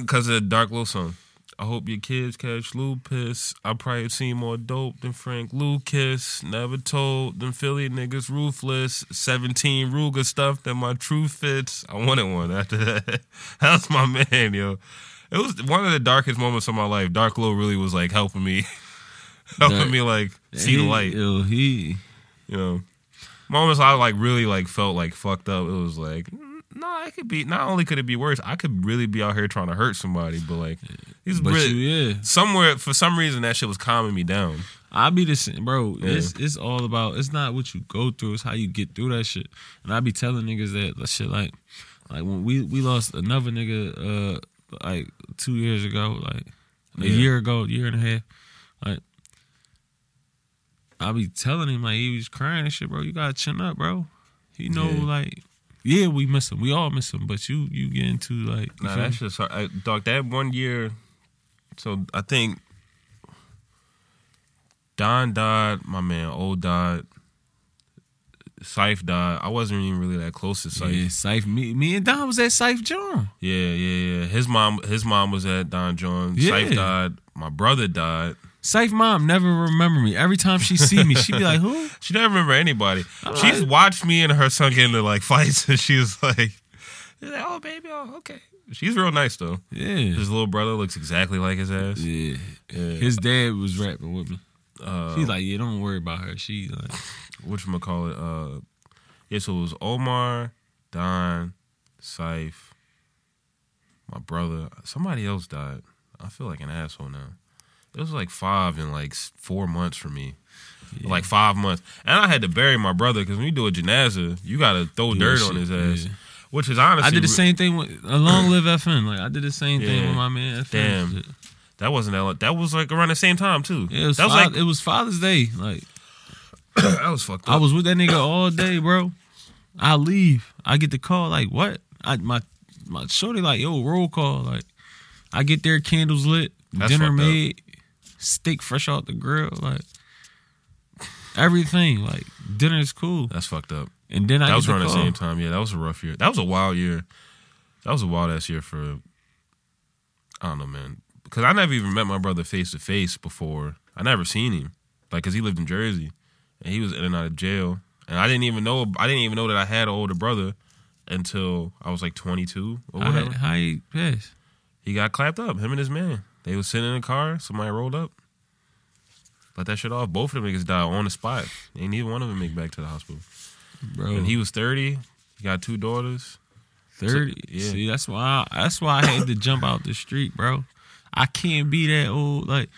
A: because of the Dark Low song. I hope your kids catch lupus. I probably seen more dope than Frank Lucas. Never told them Philly niggas ruthless. 17 Ruger stuff that my true fits. I wanted one after that. That's my man, yo. It was one of the darkest moments of my life. Dark Low really was like helping me, helping
B: Dark-
A: me like see the
B: He-
A: light.
B: Yo, he.
A: You know, moments I like really like felt like fucked up. It was like, no, nah, it could be. Not only could it be worse, I could really be out here trying to hurt somebody. But like, he's
B: But
A: really
B: you, yeah.
A: somewhere for some reason that shit was calming me down.
B: I be the same, bro. It's it's all about. It's not what you go through. It's how you get through that shit. And I be telling niggas that that shit like, like when we we lost another nigga, uh, like two years ago, like a
A: Yeah.
B: year ago, year and a half, like. I be telling him like he was crying and shit, bro. You gotta chin up, bro. He know
A: Yeah.
B: like, yeah, we miss him. We all miss him, but you you get into like, you
A: Nah,
B: feel
A: that uh,
B: me?
A: shit's hard. I, dog, that one year. So I think Don died, my man, old died. Syph died. I wasn't even really that close to Syph.
B: Yeah, Syph. Me, me and Don was at Syph John.
A: Yeah, yeah, yeah. His mom, his mom was at Don John.
B: Yeah.
A: Syph died. My brother died.
B: Syph mom never remember me. Every time she see me, she be like, "Who?"
A: She doesn't remember anybody.
B: All
A: She's
B: right.
A: watched me and her son get into like fights, and she was like, she's like, "Oh, baby, oh, okay." She's real nice though.
B: Yeah.
A: His little brother looks exactly like his ass.
B: Yeah.
A: Yeah.
B: His dad was rapping with me.
A: uh,
B: She's like, "Yeah, don't worry about her." She like,
A: what you call it? Uh, yeah, so it was Omar, Don, Syph, my brother. Somebody else died. I feel like an asshole now. It was like five in like s- four months for me. Like five months, and I had to bury my brother because when you do a janaza, you gotta throw
B: Do that
A: dirt on
B: shit,
A: his ass,
B: yeah.
A: which is honestly
B: I did the
A: re-
B: same thing with a long live FM. Like I did the same thing
A: Yeah.
B: with my man. FM.
A: Damn. That wasn't that. Long. That was like around the same time too.
B: Yeah, it was,
A: that was
B: fath-
A: like
B: it was Father's Day. Like
A: that was fucked
B: I
A: up.
B: was with that nigga all day, bro. I leave. I get the call. Like what? I my my shorty like yo roll call. Like I get there, candles lit,
A: That's
B: dinner
A: fucked up.
B: made, steak fresh out the grill. Like everything. Like dinner's cool.
A: That's fucked up.
B: And then I
A: that
B: get
A: was
B: the
A: around the
B: call.
A: same time. Yeah, that was a rough year. That was a wild year. That was a wild ass year for. I don't know, man. Because I never even met my brother face to face before. I never seen him, like, cause he lived in Jersey, and he was in and out of jail, and I didn't even know. I didn't even know that I had an older brother until I was like 22 or
B: I,
A: whatever.
B: had- I ate piss.
A: He got clapped up. Him and his man. They was sitting in a car. Somebody rolled up. Let that shit off. Both of them niggas died on the spot. Ain't neither one of them make it back to the hospital.
B: bro.
A: And he was thirty. He got two daughters.
B: Thirty.
A: So- yeah.
B: See, that's why that's why I had to jump out the street, bro. I can't be that old. Like,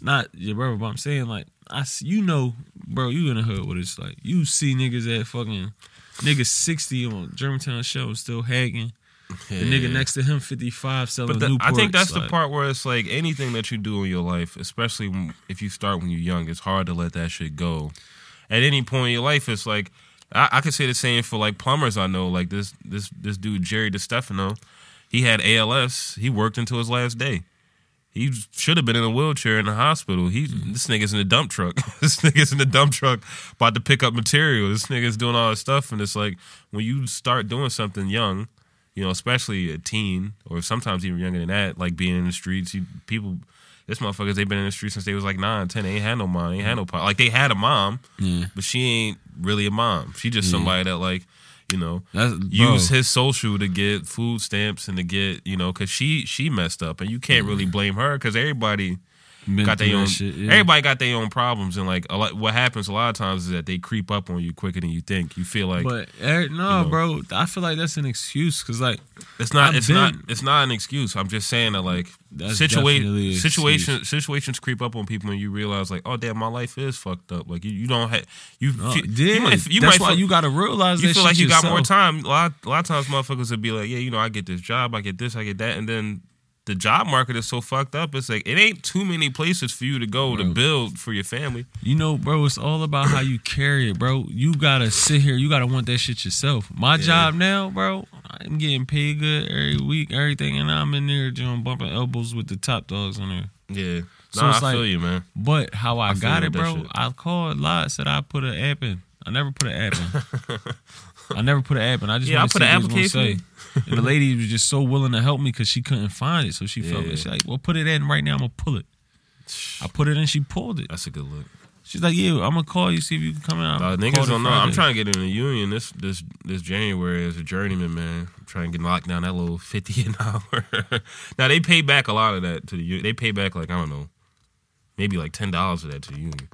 B: not your brother, but I'm saying like I, s- you know, bro, you in the hood with it's like you see niggas at fucking niggas sixty on Germantown show still hagging. The nigga next to him fifty five selling
A: But the,
B: Newports.
A: I think that's the
B: like,
A: part where it's like anything that you do in your life, especially when- if you start when you're young, it's hard to let that shit go. At any point in your life, it's like I, I could say the same for like plumbers I know. Like this this this dude Jerry DeStefano, he had ALS. He worked until his last day. He should have been in a wheelchair in the hospital. He this nigga's in a dump truck. this nigga's in a dump truck about to pick up material. This nigga's doing all this stuff, and it's like when you start doing something young, you know, especially a teen or sometimes even younger than that, like being in the streets. You, people, this motherfuckers, they've been in the streets since they was like nine, ten. They ain't had no mom, ain't had no pop. Like they had a mom,
B: Yeah.
A: but she ain't really a mom. She just somebody that like, you know,
B: That's bro,
A: use his social to get food stamps and to get you know because she she messed up and you can't really blame her because everybody
B: been
A: got
B: through
A: their
B: that
A: own
B: shit, yeah.
A: everybody got their own problems and like a lot what happens a lot of times is that they creep up on you quicker than you think you feel like
B: But Eric, no,
A: you know.
B: bro, I feel like that's an excuse because like
A: it's not
B: I've
A: it's not
B: been-
A: it's not an excuse i'm just saying that like
B: That's definitely
A: situation
B: an
A: situation situations creep up on people and you realize like oh damn my life is fucked up like you, you don't have you
B: no,
A: fe-
B: uh, yeah,
A: you might you
B: that's
A: might
B: why
A: feel-
B: you got to realize
A: you
B: that
A: feel like
B: shit
A: you got more
B: yourself.
A: time. A lot, a lot of times, motherfuckers would be like, "Yeah, you know, I get this job, I get this, I get that," and then the job market is so fucked up. It's like it ain't too many places for you to go to
B: Bro.
A: build for your family.
B: You know, bro, it's all about how you carry it, bro. You gotta sit here. You gotta want that shit yourself. My job now, bro, I'm getting paid good every week, everything, and I'm in there doing bumping elbows with the top dogs in there.
A: Yeah,
B: So
A: nah,
B: it's
A: I
B: like-
A: feel you, man.
B: But how I,
A: I feel
B: got
A: you
B: it,
A: with that
B: bro,
A: shit.
B: I called lot said I put an app in. I never put an app in. I never put an app in. I just
A: Yeah, I
B: wanted
A: put
B: to see
A: an
B: what it was gonna
A: application
B: say. And the lady was just so willing to help me because she couldn't find it, so she felt
A: Yeah.
B: it. She's like, "Well, put it in right now. I'm gonna pull it." I put it in. She pulled it.
A: That's a good look.
B: She's like, "Yeah, I'm gonna call you see if you can come out."
A: Uh,
B: Called
A: niggas
B: her
A: don't know. I'm
B: Friday.
A: trying to get in the union this this this January as a journeyman, man. I'm trying to get locked down that little fifty an hour. now they pay back a lot of that to the union. They pay back like I don't know, maybe like ten dollars of that to the union.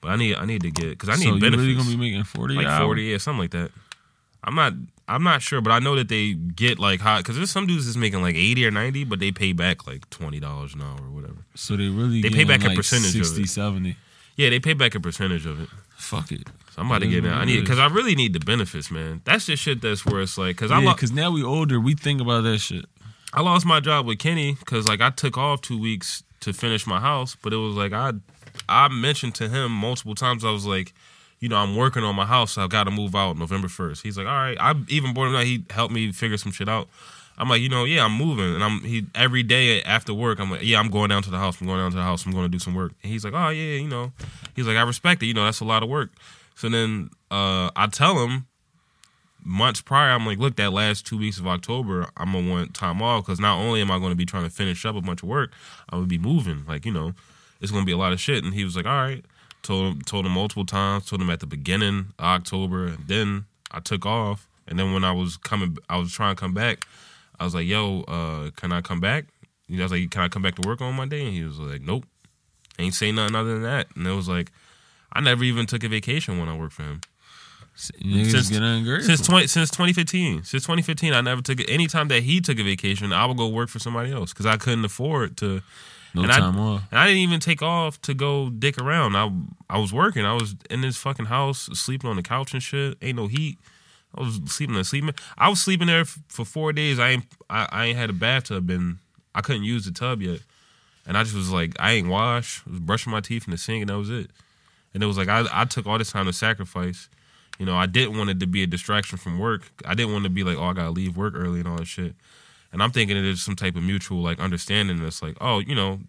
A: But I need I need to get because I need
B: so
A: benefits.
B: you really gonna be making forty?
A: like
B: an hour?
A: forty, yeah, something like that. I'm not, I'm not sure, but I know that they get like hot because there's some dudes that's making like eighty or ninety, but they pay back like twenty dollars an hour or whatever.
B: So they really
A: They pay
B: getting
A: back a
B: like
A: percentage of
B: 60,
A: it.
B: 70.
A: Yeah, they pay back a percentage of it.
B: Fuck it.
A: So I'm about to
B: Yeah,
A: get in. I need
B: yeah.
A: because I really need the benefits, man. That's the shit that's where it's like because I
B: yeah,
A: lo-
B: because now we older, we think about that shit.
A: I lost my job with Kenny because like I took off two weeks to finish my house, but it was like I I mentioned to him multiple times I was like, you know, I'm working on my house. I've got to move out November first. He's like, all right. I even brought him out. He helped me figure some shit out. I'm like, you know, yeah, I'm moving, and I'm he every day after work. I'm like, yeah, I'm going down to the house. I'm going down to the house. I'm going to do some work. And he's like, oh yeah, you know, he's like, I respect it. You know, that's a lot of work. So then uh, I tell him months prior, I'm like, look, that last two weeks of October, I'm gonna want time off because not only am I gonna be trying to finish up a bunch of work, I'm gonna be moving. Like, you know, it's gonna be a lot of shit. And he was like, all right. Told him, told him multiple times. Told him at the beginning of October. Then I took off, and then when I was coming, I was trying to come back. I was like, yo, uh, can I come back? You know, I was like, can I come back to work on Monday? And he was like, nope. Ain't say nothing other than that. And it was like, I never even took a vacation when I worked for him.
B: Niggas
A: Since-
B: get ungrateful.
A: Since twenty since twenty fifteen, since twenty fifteen, I never took it. Any time that he took a vacation, I would go work for somebody else because I couldn't afford to.
B: no
A: and I-
B: time off.
A: And I didn't even take off to go dick around. I I was working. I was in this fucking house sleeping on the couch and shit. Ain't no heat. I was sleeping and sleeping. I was sleeping there f- for four days. I ain't I, I ain't had a bathtub and I couldn't use the tub yet. And I just was like, I ain't wash. I was brushing my teeth in the sink and that was it. And it was like I I took all this time to sacrifice. You know, I didn't want it to be a distraction from work. I didn't want to be like, oh, I gotta leave work early and all that shit. And I'm thinking there's some type of mutual like understanding that's like, oh, you know,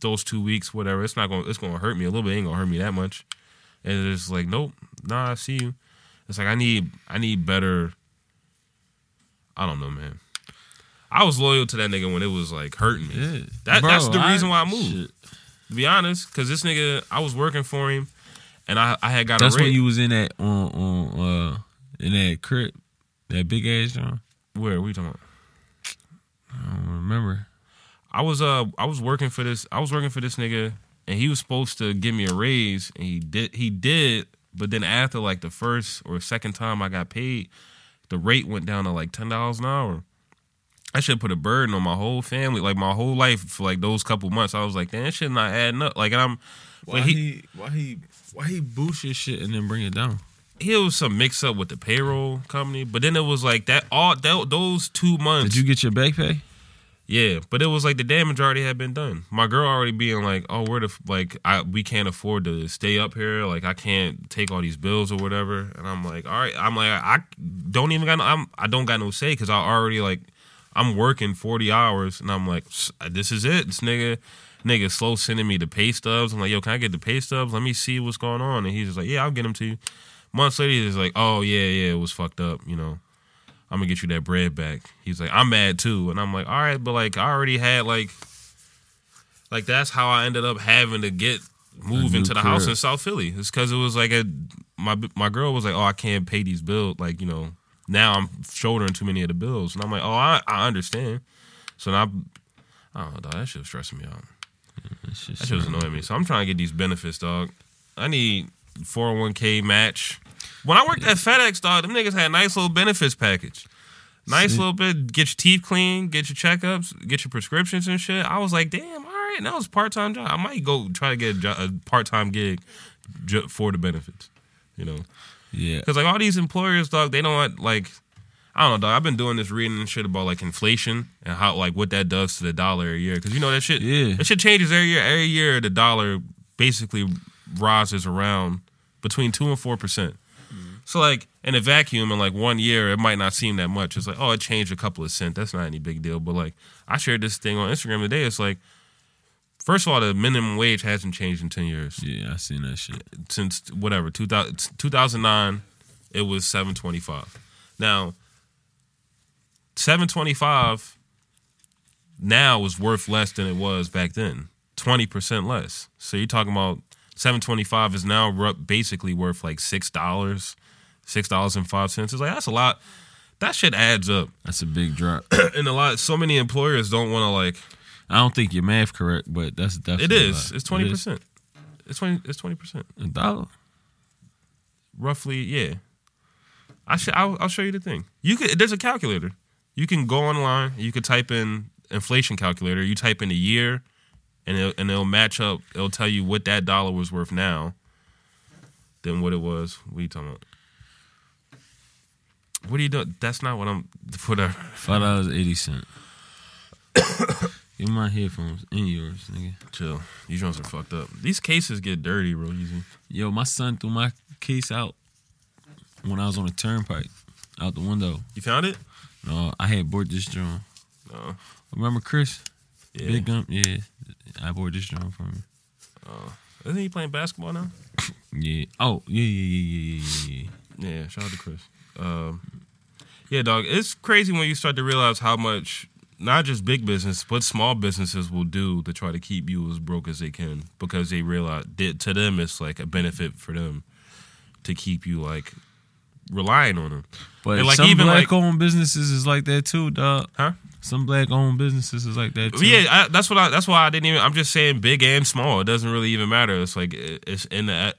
A: those two weeks, whatever, it's not gonna it's gonna hurt me a little bit, it ain't gonna hurt me that much. And it's like, nope, nah, I see you. It's like I need I need better I don't know, man. I was loyal to that nigga when it was like hurting me.
B: Yeah.
A: That-
B: Bro,
A: that's the reason why I moved.
B: shit.
A: To be honest, cause this nigga I was working for him and I I had got
B: That's
A: a raise.
B: when you was in that on on uh in that crib, that big ass joint.
A: Where what you talking about?
B: I don't remember.
A: I was uh I was working for this I was working for this nigga and he was supposed to give me a raise and he did he did but then after like the first or second time I got paid the rate went down to like ten dollars an hour. I should put a burden on my whole family like my whole life for like those couple months I was like damn that shit not adding up like and I'm
B: Why
A: he-
B: he, why he why he boost your shit and then bring it down?
A: it was some mix up with the payroll company but then it was like that all that, those two months
B: Did you get your back pay?
A: Yeah, but it was like the damage already had been done. My girl already being like, "Oh, we're the f- like I we can't afford to stay up here. Like I can't take all these bills or whatever." And I'm like, "All right, I'm like I don't even got no, I'm I don't got no say because I already like I'm working forty hours and I'm like "S- this is it. This nigga nigga slow sending me the pay stubs. I'm like, "Yo, can I get the pay stubs? Let me see what's going on." And he's just like, "Yeah, I'll get them to you." Months later, he's like, "Oh yeah, yeah, it was fucked up, you know." I'm gonna get you that bread back. He's like, I'm mad too, and I'm like, all right, but like I already had like, like that's how I ended up having to get move
B: new
A: into the house
B: crib.
A: in South Philly. It's because it was like a my my girl was like, oh, I can't pay these bills. Like you know, now I'm shouldering too many of the bills, and I'm like, oh, I, I understand. So now, I don't know, dog, that shit was stressing me out.
B: That shit,
A: That shit was annoying me. So I'm trying to get these benefits, dog. I need 401k match. When I worked at FedEx, dog, them niggas had nice little benefits package. Nice
B: See?
A: little bit. Get your teeth clean, get your checkups, get your prescriptions and shit. I was like, damn, all right. And that was part time job. I might go try to get a, part time gig ju- for the benefits, you know.
B: Yeah,
A: Because like all these employers, dog, they don't want, like. I don't know, dog. I've been doing this reading and shit about like inflation and how like what that does to the dollar a year. Because you know that shit,
B: Yeah.
A: that shit changes every year. Every year the dollar basically rises around between two and four percent.
B: Mm-hmm.
A: So like in a vacuum, in like one year, it might not seem that much. It's like oh, it changed a couple of cent. That's not any big deal. But like I shared this thing on Instagram today. It's like first of all, the minimum wage hasn't changed in ten years
B: yeah, I seen that shit.
A: since whatever 2000, 2009 it was 725 now 725 now is worth less than it was back then 20% less so you're talking about 725 is now ru- basically worth like six dollars six dollars and five cents it's like that's a lot that shit adds up
B: That's a big drop.
A: and a lot so many employers don't want to like
B: I don't think your math correct, but that's definitely
A: it
B: a
A: is
B: lot.
A: it's
B: It is.
A: 20% it's 20 it's 20%
B: a dollar.
A: roughly yeah i sh- I'll, I'll show you the thing you could there's a calculator you can go online you could type in inflation calculator you type in a year and it'll, and it'll match up it'll tell you what that dollar was worth now than what it was what are you talking about what are you doing that's not what i'm whatever
B: Five dollars eighty cent. Get my headphones and yours, nigga.
A: chill these drones are fucked up these cases get dirty real easy
B: Yo, my son threw my case out when I was on a turnpike out the window.
A: you found it
B: No, I had bought this joint
A: Uh,
B: Remember Chris?
A: yeah.
B: Big Gump? Yeah. I bought this drum from him.
A: Isn't he playing basketball now?
B: Yeah. Oh, yeah, yeah, yeah, yeah, yeah, yeah, yeah.
A: Yeah, shout out to Chris. Um, yeah, dog. It's crazy when you start to realize how much not just big business, but small businesses will do to try to keep you as broke as they can because they realize that to them it's like a benefit for them to keep you like relying on them.
B: But
A: And, like,
B: some
A: even, like-
B: black owned businesses is like that too, dog.
A: Huh?
B: Some black owned businesses is like that too.
A: Yeah, I, that's what I. That's why I didn't even. I'm just saying big and small. It doesn't really even matter. It's like it- it's in the.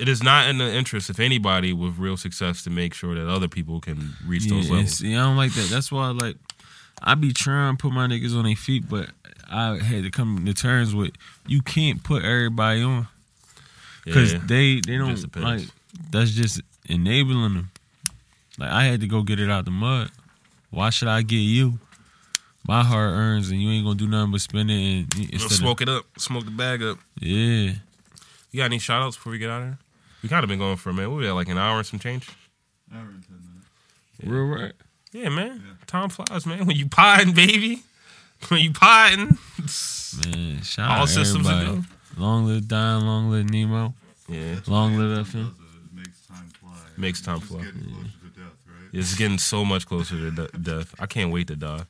A: It is not in the interest of anybody with real success to make sure that other people can reach
B: Yeah,
A: those
B: and
A: levels.
B: see, I don't like that. That's why, like, I be trying to put my niggas on their feet, but I had to come to terms with you can't put everybody on because
A: Yeah.
B: they they
A: Just
B: don't
A: depends.
B: like. That's just enabling them. Like I had to go get it out the mud. Why should I get you? My hard earns, and you ain't gonna do nothing but spend it. And you- instead of-
A: smoke it up. Smoke the bag up.
B: yeah,
A: You got any shout outs before we get out of here? We kind of been going for a minute. We had like an hour and some change.
C: I never intend that.
B: real right.
A: Yeah, man.
C: Yeah.
A: Time flies, man. When you potting, baby. When you potting.
B: Man, shout
A: All
B: out
A: systems are
B: everybody. Long live Don. Long live Nemo.
A: Yeah.
B: Long live FM.
C: Does it, it makes time fly.
A: Makes
C: It's
A: time
C: just
A: fly.
C: Getting closer to death, right?
A: It's getting so much closer to de- death. I can't wait to die.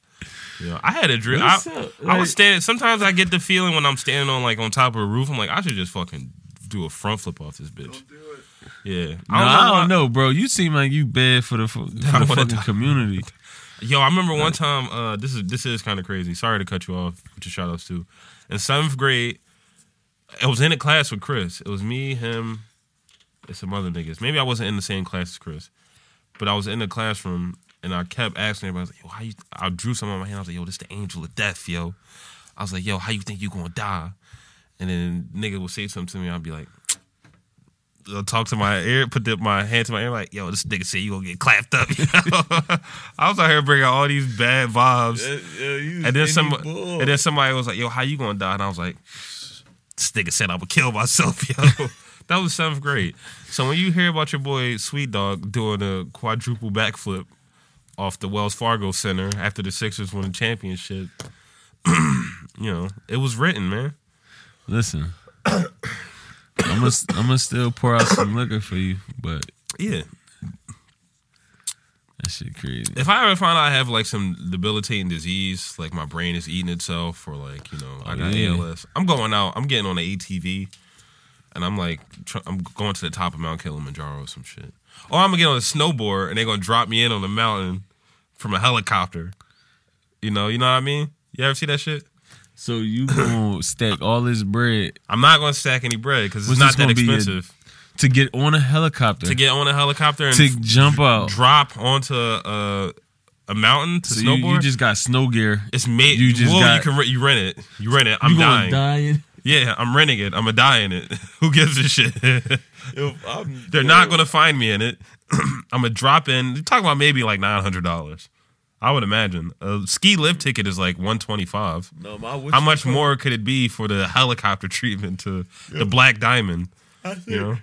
A: You know, I had a dream. I,
B: What's up?
A: I
B: Like-
A: was standing. Sometimes I get the feeling when I'm standing on like on top of a roof. I'm like, I should just fucking do a front flip off this bitch.
C: Don't do it.
A: Yeah.
B: No, I
A: why-
B: don't know, bro. You seem like you bad for the, fu- for
A: I
B: the
A: wanna
B: fucking
A: die.
B: community.
A: Yo, I remember one time. Uh, this is this is kind of crazy. Sorry to cut you off with your shout outs too. In seventh grade, I was in a class with Chris. It was me, him, and some other niggas. Maybe I wasn't in the same class as Chris, but I was in the classroom and I kept asking everybody. I was like, yo, how you? I drew something on my hand. I was like, yo, this the angel of death, yo. I was like, yo, how you think you gonna die? And then nigga would say something to me. I'd be like. I'll uh, talk to my ear, put the, my hand to my ear, like, yo, this nigga said you gonna get clapped up. You know? I was out here bringing all these bad vibes. And then some, and then somebody was like, "Yo, how you gonna die?" And I was like, "This nigga said I would kill myself, yo." that was seventh grade. So when you hear about your boy Sweet Dog doing a quadruple backflip off the Wells Fargo Center after the Sixers won the championship, you know it was written, man.
B: Listen, I'm gonna I'm gonna still pour out some liquor for you, but
A: Yeah.
B: that shit crazy.
A: If I ever find out I have like some debilitating disease, like my brain is eating itself, or like you know I
B: Oh,
A: got
B: yeah.
A: ALS, I'm going out. I'm getting on an ATV, and I'm like tr- I'm going to the top of Mount Kilimanjaro or some shit. Or I'm gonna get on a snowboard and they're gonna drop me in on the mountain from a helicopter. You know, you know what I mean? You ever see that shit?
B: So you gonna stack all this bread
A: I'm not gonna stack any bread because it's
B: What's
A: not that
B: this gonna be, a-
A: expensive
B: to get on a helicopter
A: to
B: to,
A: get on a helicopter and f-
B: jump out.
A: drop onto a, a mountain to
B: So you,
A: snowboard.
B: you just got snow gear.
A: It's made.
B: You
A: You
B: just
A: just
B: got-
A: you can rent. You rent it. You rent it. I'm
B: You
A: dying.
B: gonna die in-
A: Yeah, I'm renting it. I'm a die in it. Who gives a shit? They're not gonna find me in it. I'm gonna drop in. You're talking about maybe like nine hundred dollars. I would imagine a ski lift ticket is like one twenty five.
D: No, my what
A: How
D: you
A: much
D: call-
A: more could it be for the helicopter treatment to the Black Diamond?
D: I think,
A: You know,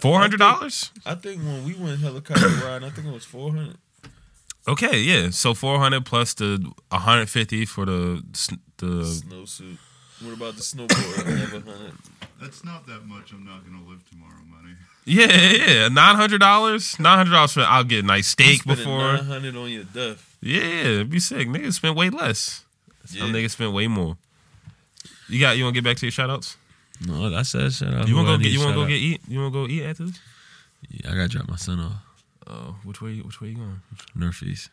A: four hundred dollars.
D: I think when we went helicopter ride, I think it was four hundred.
A: Okay, yeah. So four hundred plus the one hundred fifty for the s- the
D: Snowsuit. What about the snowboard? Another hundred.
C: That's not that much. I'm not gonna live tomorrow, money.
A: Yeah, yeah, yeah. Nine hundred dollars. Nine hundred dollars for I'll get a nice steak
D: nine
A: before.
D: hundred on your death.
A: Yeah, it'd be sick. Niggas spent way less. Some niggas spent way more. You got you wanna get back to your shout outs?
B: No, I said shut up.
A: You wanna
B: Who
A: go
B: I need
A: get you wanna
B: shout
A: go
B: out?
A: get eat? You wanna go eat after this?
B: Yeah, I gotta drop my son off
A: Oh, which way which way you going?
B: Northeast.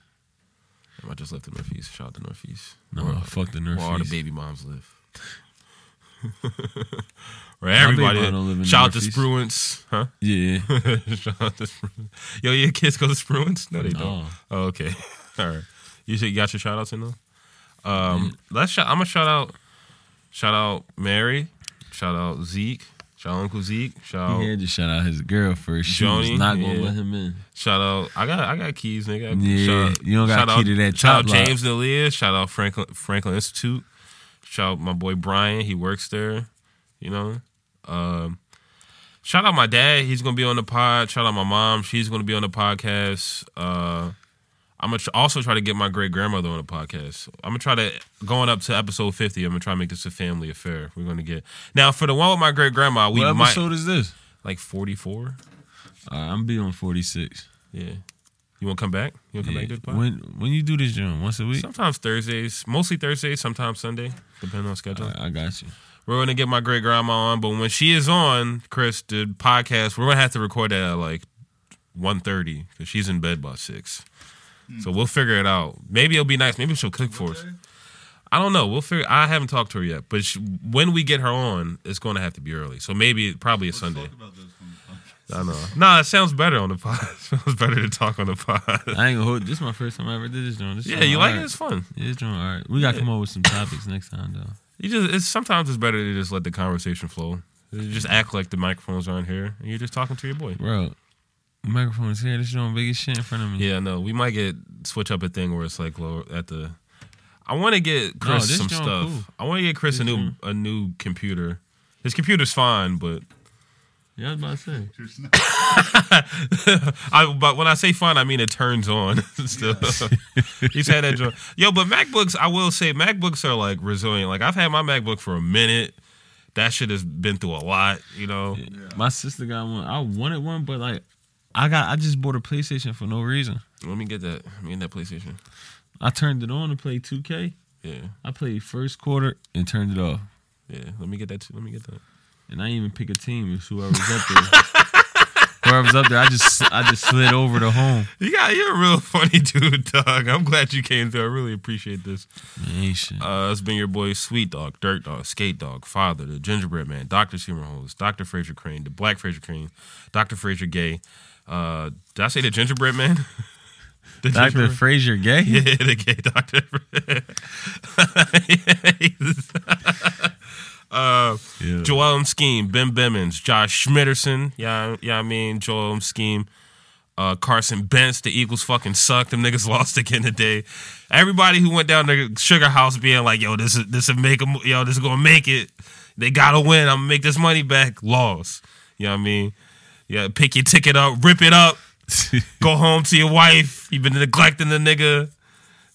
A: I just left the northeast. Shout out to northeast.
B: No,
A: Where-
B: fuck the
A: Where all the
B: Northeast.
A: baby moms live. Where
B: My baby
A: everybody
B: mama don't live in
A: shout out to
B: Northeast.
A: Spruance, huh?
B: yeah,
A: shout out to Spruance. Yo, your kids go to Spruance? No, they don't.
B: No.
A: Oh, okay. All right. You said you got your shout outs in though? Um let's shout I'm gonna shout out shout out Mary, shout out Zeke, shout out Uncle Zeke, shout out
B: he had to shout out his girl first. She was
A: Oh. Johnny,
B: not gonna
A: yeah.
B: let him in.
A: shout out I got I got keys, nigga.
B: Yeah,
A: shout,
B: you don't got
A: shout
B: key
A: out,
B: to that
A: Shout
B: top
A: out
B: lot.
A: James Nalia, shout out Franklin Franklin Institute, shout out my boy Brian, he works there, you know. Um Shout out my dad, he's gonna be on the pod. Shout out my mom, she's gonna be on the podcast. Uh I'm gonna tr- also try to get my great grandmother on the podcast. I'm gonna try to going up to episode 50. I'm gonna try to make this a family affair. We're gonna get now for the one with my great grandma. We
B: what
A: might
B: episode is this?
A: like 44.
B: All right, Uh, I'm be on 46.
A: Yeah, you want to come back? You want to come back to the
B: Yeah.
A: podcast?
B: When when you do this, John, once a week.
A: Sometimes Thursdays, mostly Thursdays, sometimes Sunday, depending on schedule.
B: All right, I got you.
A: We're gonna get my great grandma on, but when she is on, Chris, the podcast, we're gonna have to record that at like 1.30 because she's in bed by six.
B: Hmm.
A: So we'll figure it out. Maybe it'll be nice. Maybe she'll cook for us. I don't know. We'll figure. I haven't talked to her yet, but she, when we get her on, it's going to have to be early. So maybe probably a
C: Let's
A: Sunday.
C: talk about this on the podcast.
A: I know. Nah, it sounds better on the pod. It sounds better to talk on the pod.
B: I ain't gonna hold. This is my first time I ever did this, John. This
A: Yeah,
B: joint
A: you like it?
B: all right.
A: It's fun.
B: Yeah, this joint all right. We gotta come up with some topics next time, though.
A: You just it's sometimes it's better to just let the conversation flow. You just act like the microphones aren't here, and you're just talking to your boy.
B: Bro, the microphone is here. This joint biggest shit in front of me.
A: Yeah, no, we might get switch up a thing where it's like lower at the. I want to get Chris
B: this
A: some
B: joint
A: stuff.
B: cool.
A: I want to get Chris a
B: This
A: new
B: joint.
A: a new computer. His computer's fine, but
B: yeah, I was about to say.
C: There's no-
A: I but when I say fun, I mean it turns on. Still, he's had that joint. Yo, but MacBooks, I will say MacBooks are like resilient. Like I've had my MacBook for a minute. That shit has been through a lot, you know.
B: My sister got one. I wanted one, but like, I got. I just bought a PlayStation for no reason.
A: Let me get that. Let me get that PlayStation.
B: I turned it on to play 2K.
A: Yeah,
B: I played first quarter and turned it off.
A: yeah. Let me get that. Too. Let me get that.
B: And I didn't even pick a team. It's whoever's up there. whoever's up there, I just I just slid over to home.
A: You got. You're a real funny dude, Doug. I'm glad you came through. I really appreciate this.
B: Man, shit.
A: Uh, it's been your boy Sweet Dog, Dirt Dog, Skate Dog, Father, the Gingerbread Man, Doctor Seymour Doctor Fraser Crane, the Black Fraser Crane, Doctor Fraser Gay. Uh, did I say the Gingerbread Man? the
B: Dr.
A: Gingerbread-
B: Frazier gay?
A: yeah, the gay doctor. uh,
B: Yeah.
A: Joel M. Scheme, Ben Bimmons, Josh Schmitterson, yeah, yeah, I mean Joel M. Scheme, uh, Carson Bentz. The Eagles fucking suck. Them niggas lost again today. Everybody who went down to Sugar House being like, "Yo, this is this is make 'em- yo, this is gonna make it. They gotta win. I'm gonna make this money back." Lost. You know what I mean? Yeah, pick your ticket up, rip it up, go home to your wife. You've been neglecting the nigga.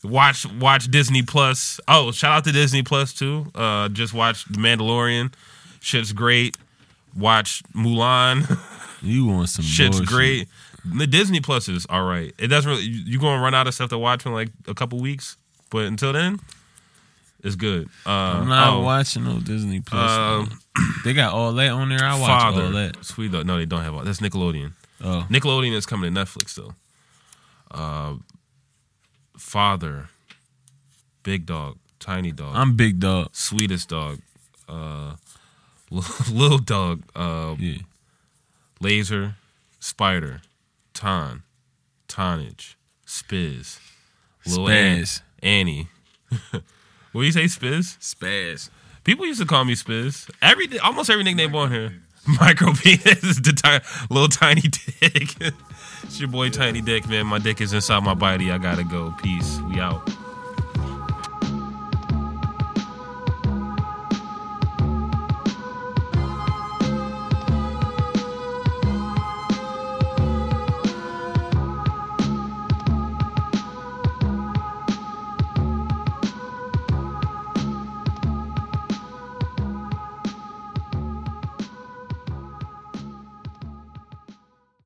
A: Watch watch Disney Plus. Oh, shout out to Disney Plus too. Uh, just watch The Mandalorian. Shit's great. Watch Mulan.
B: You want some
A: Shit's
B: bullshit.
A: great. The Disney Plus is all right. It doesn't really. You're gonna run out of stuff to watch in like a couple weeks, but until then, it's good. Uh,
B: I'm not
A: oh,
B: watching no Disney Plus.
A: Um,
B: man. they got all that on there. I watch
A: Father,
B: all that.
A: sweet Lord- No, they don't have all. That's Nickelodeon.
B: Oh,
A: Nickelodeon is coming to Netflix though. Uh, Father, Big Dog, Tiny Dog,
B: I'm big dog.
A: Sweetest Dog, uh, Little Dog, uh,
B: Yeah,
A: Laser, Spider, Ton, Tonnage, Spiz, Lil
B: Spaz.
A: An- Annie. what do you say, Spiz?
B: spaz.
A: People used to call me Spiz. Every almost every nickname on here. Micro penis, the ti- little tiny dick. it's your boy Tiny Dick, man. My dick is inside my body. I gotta go. Peace. We out.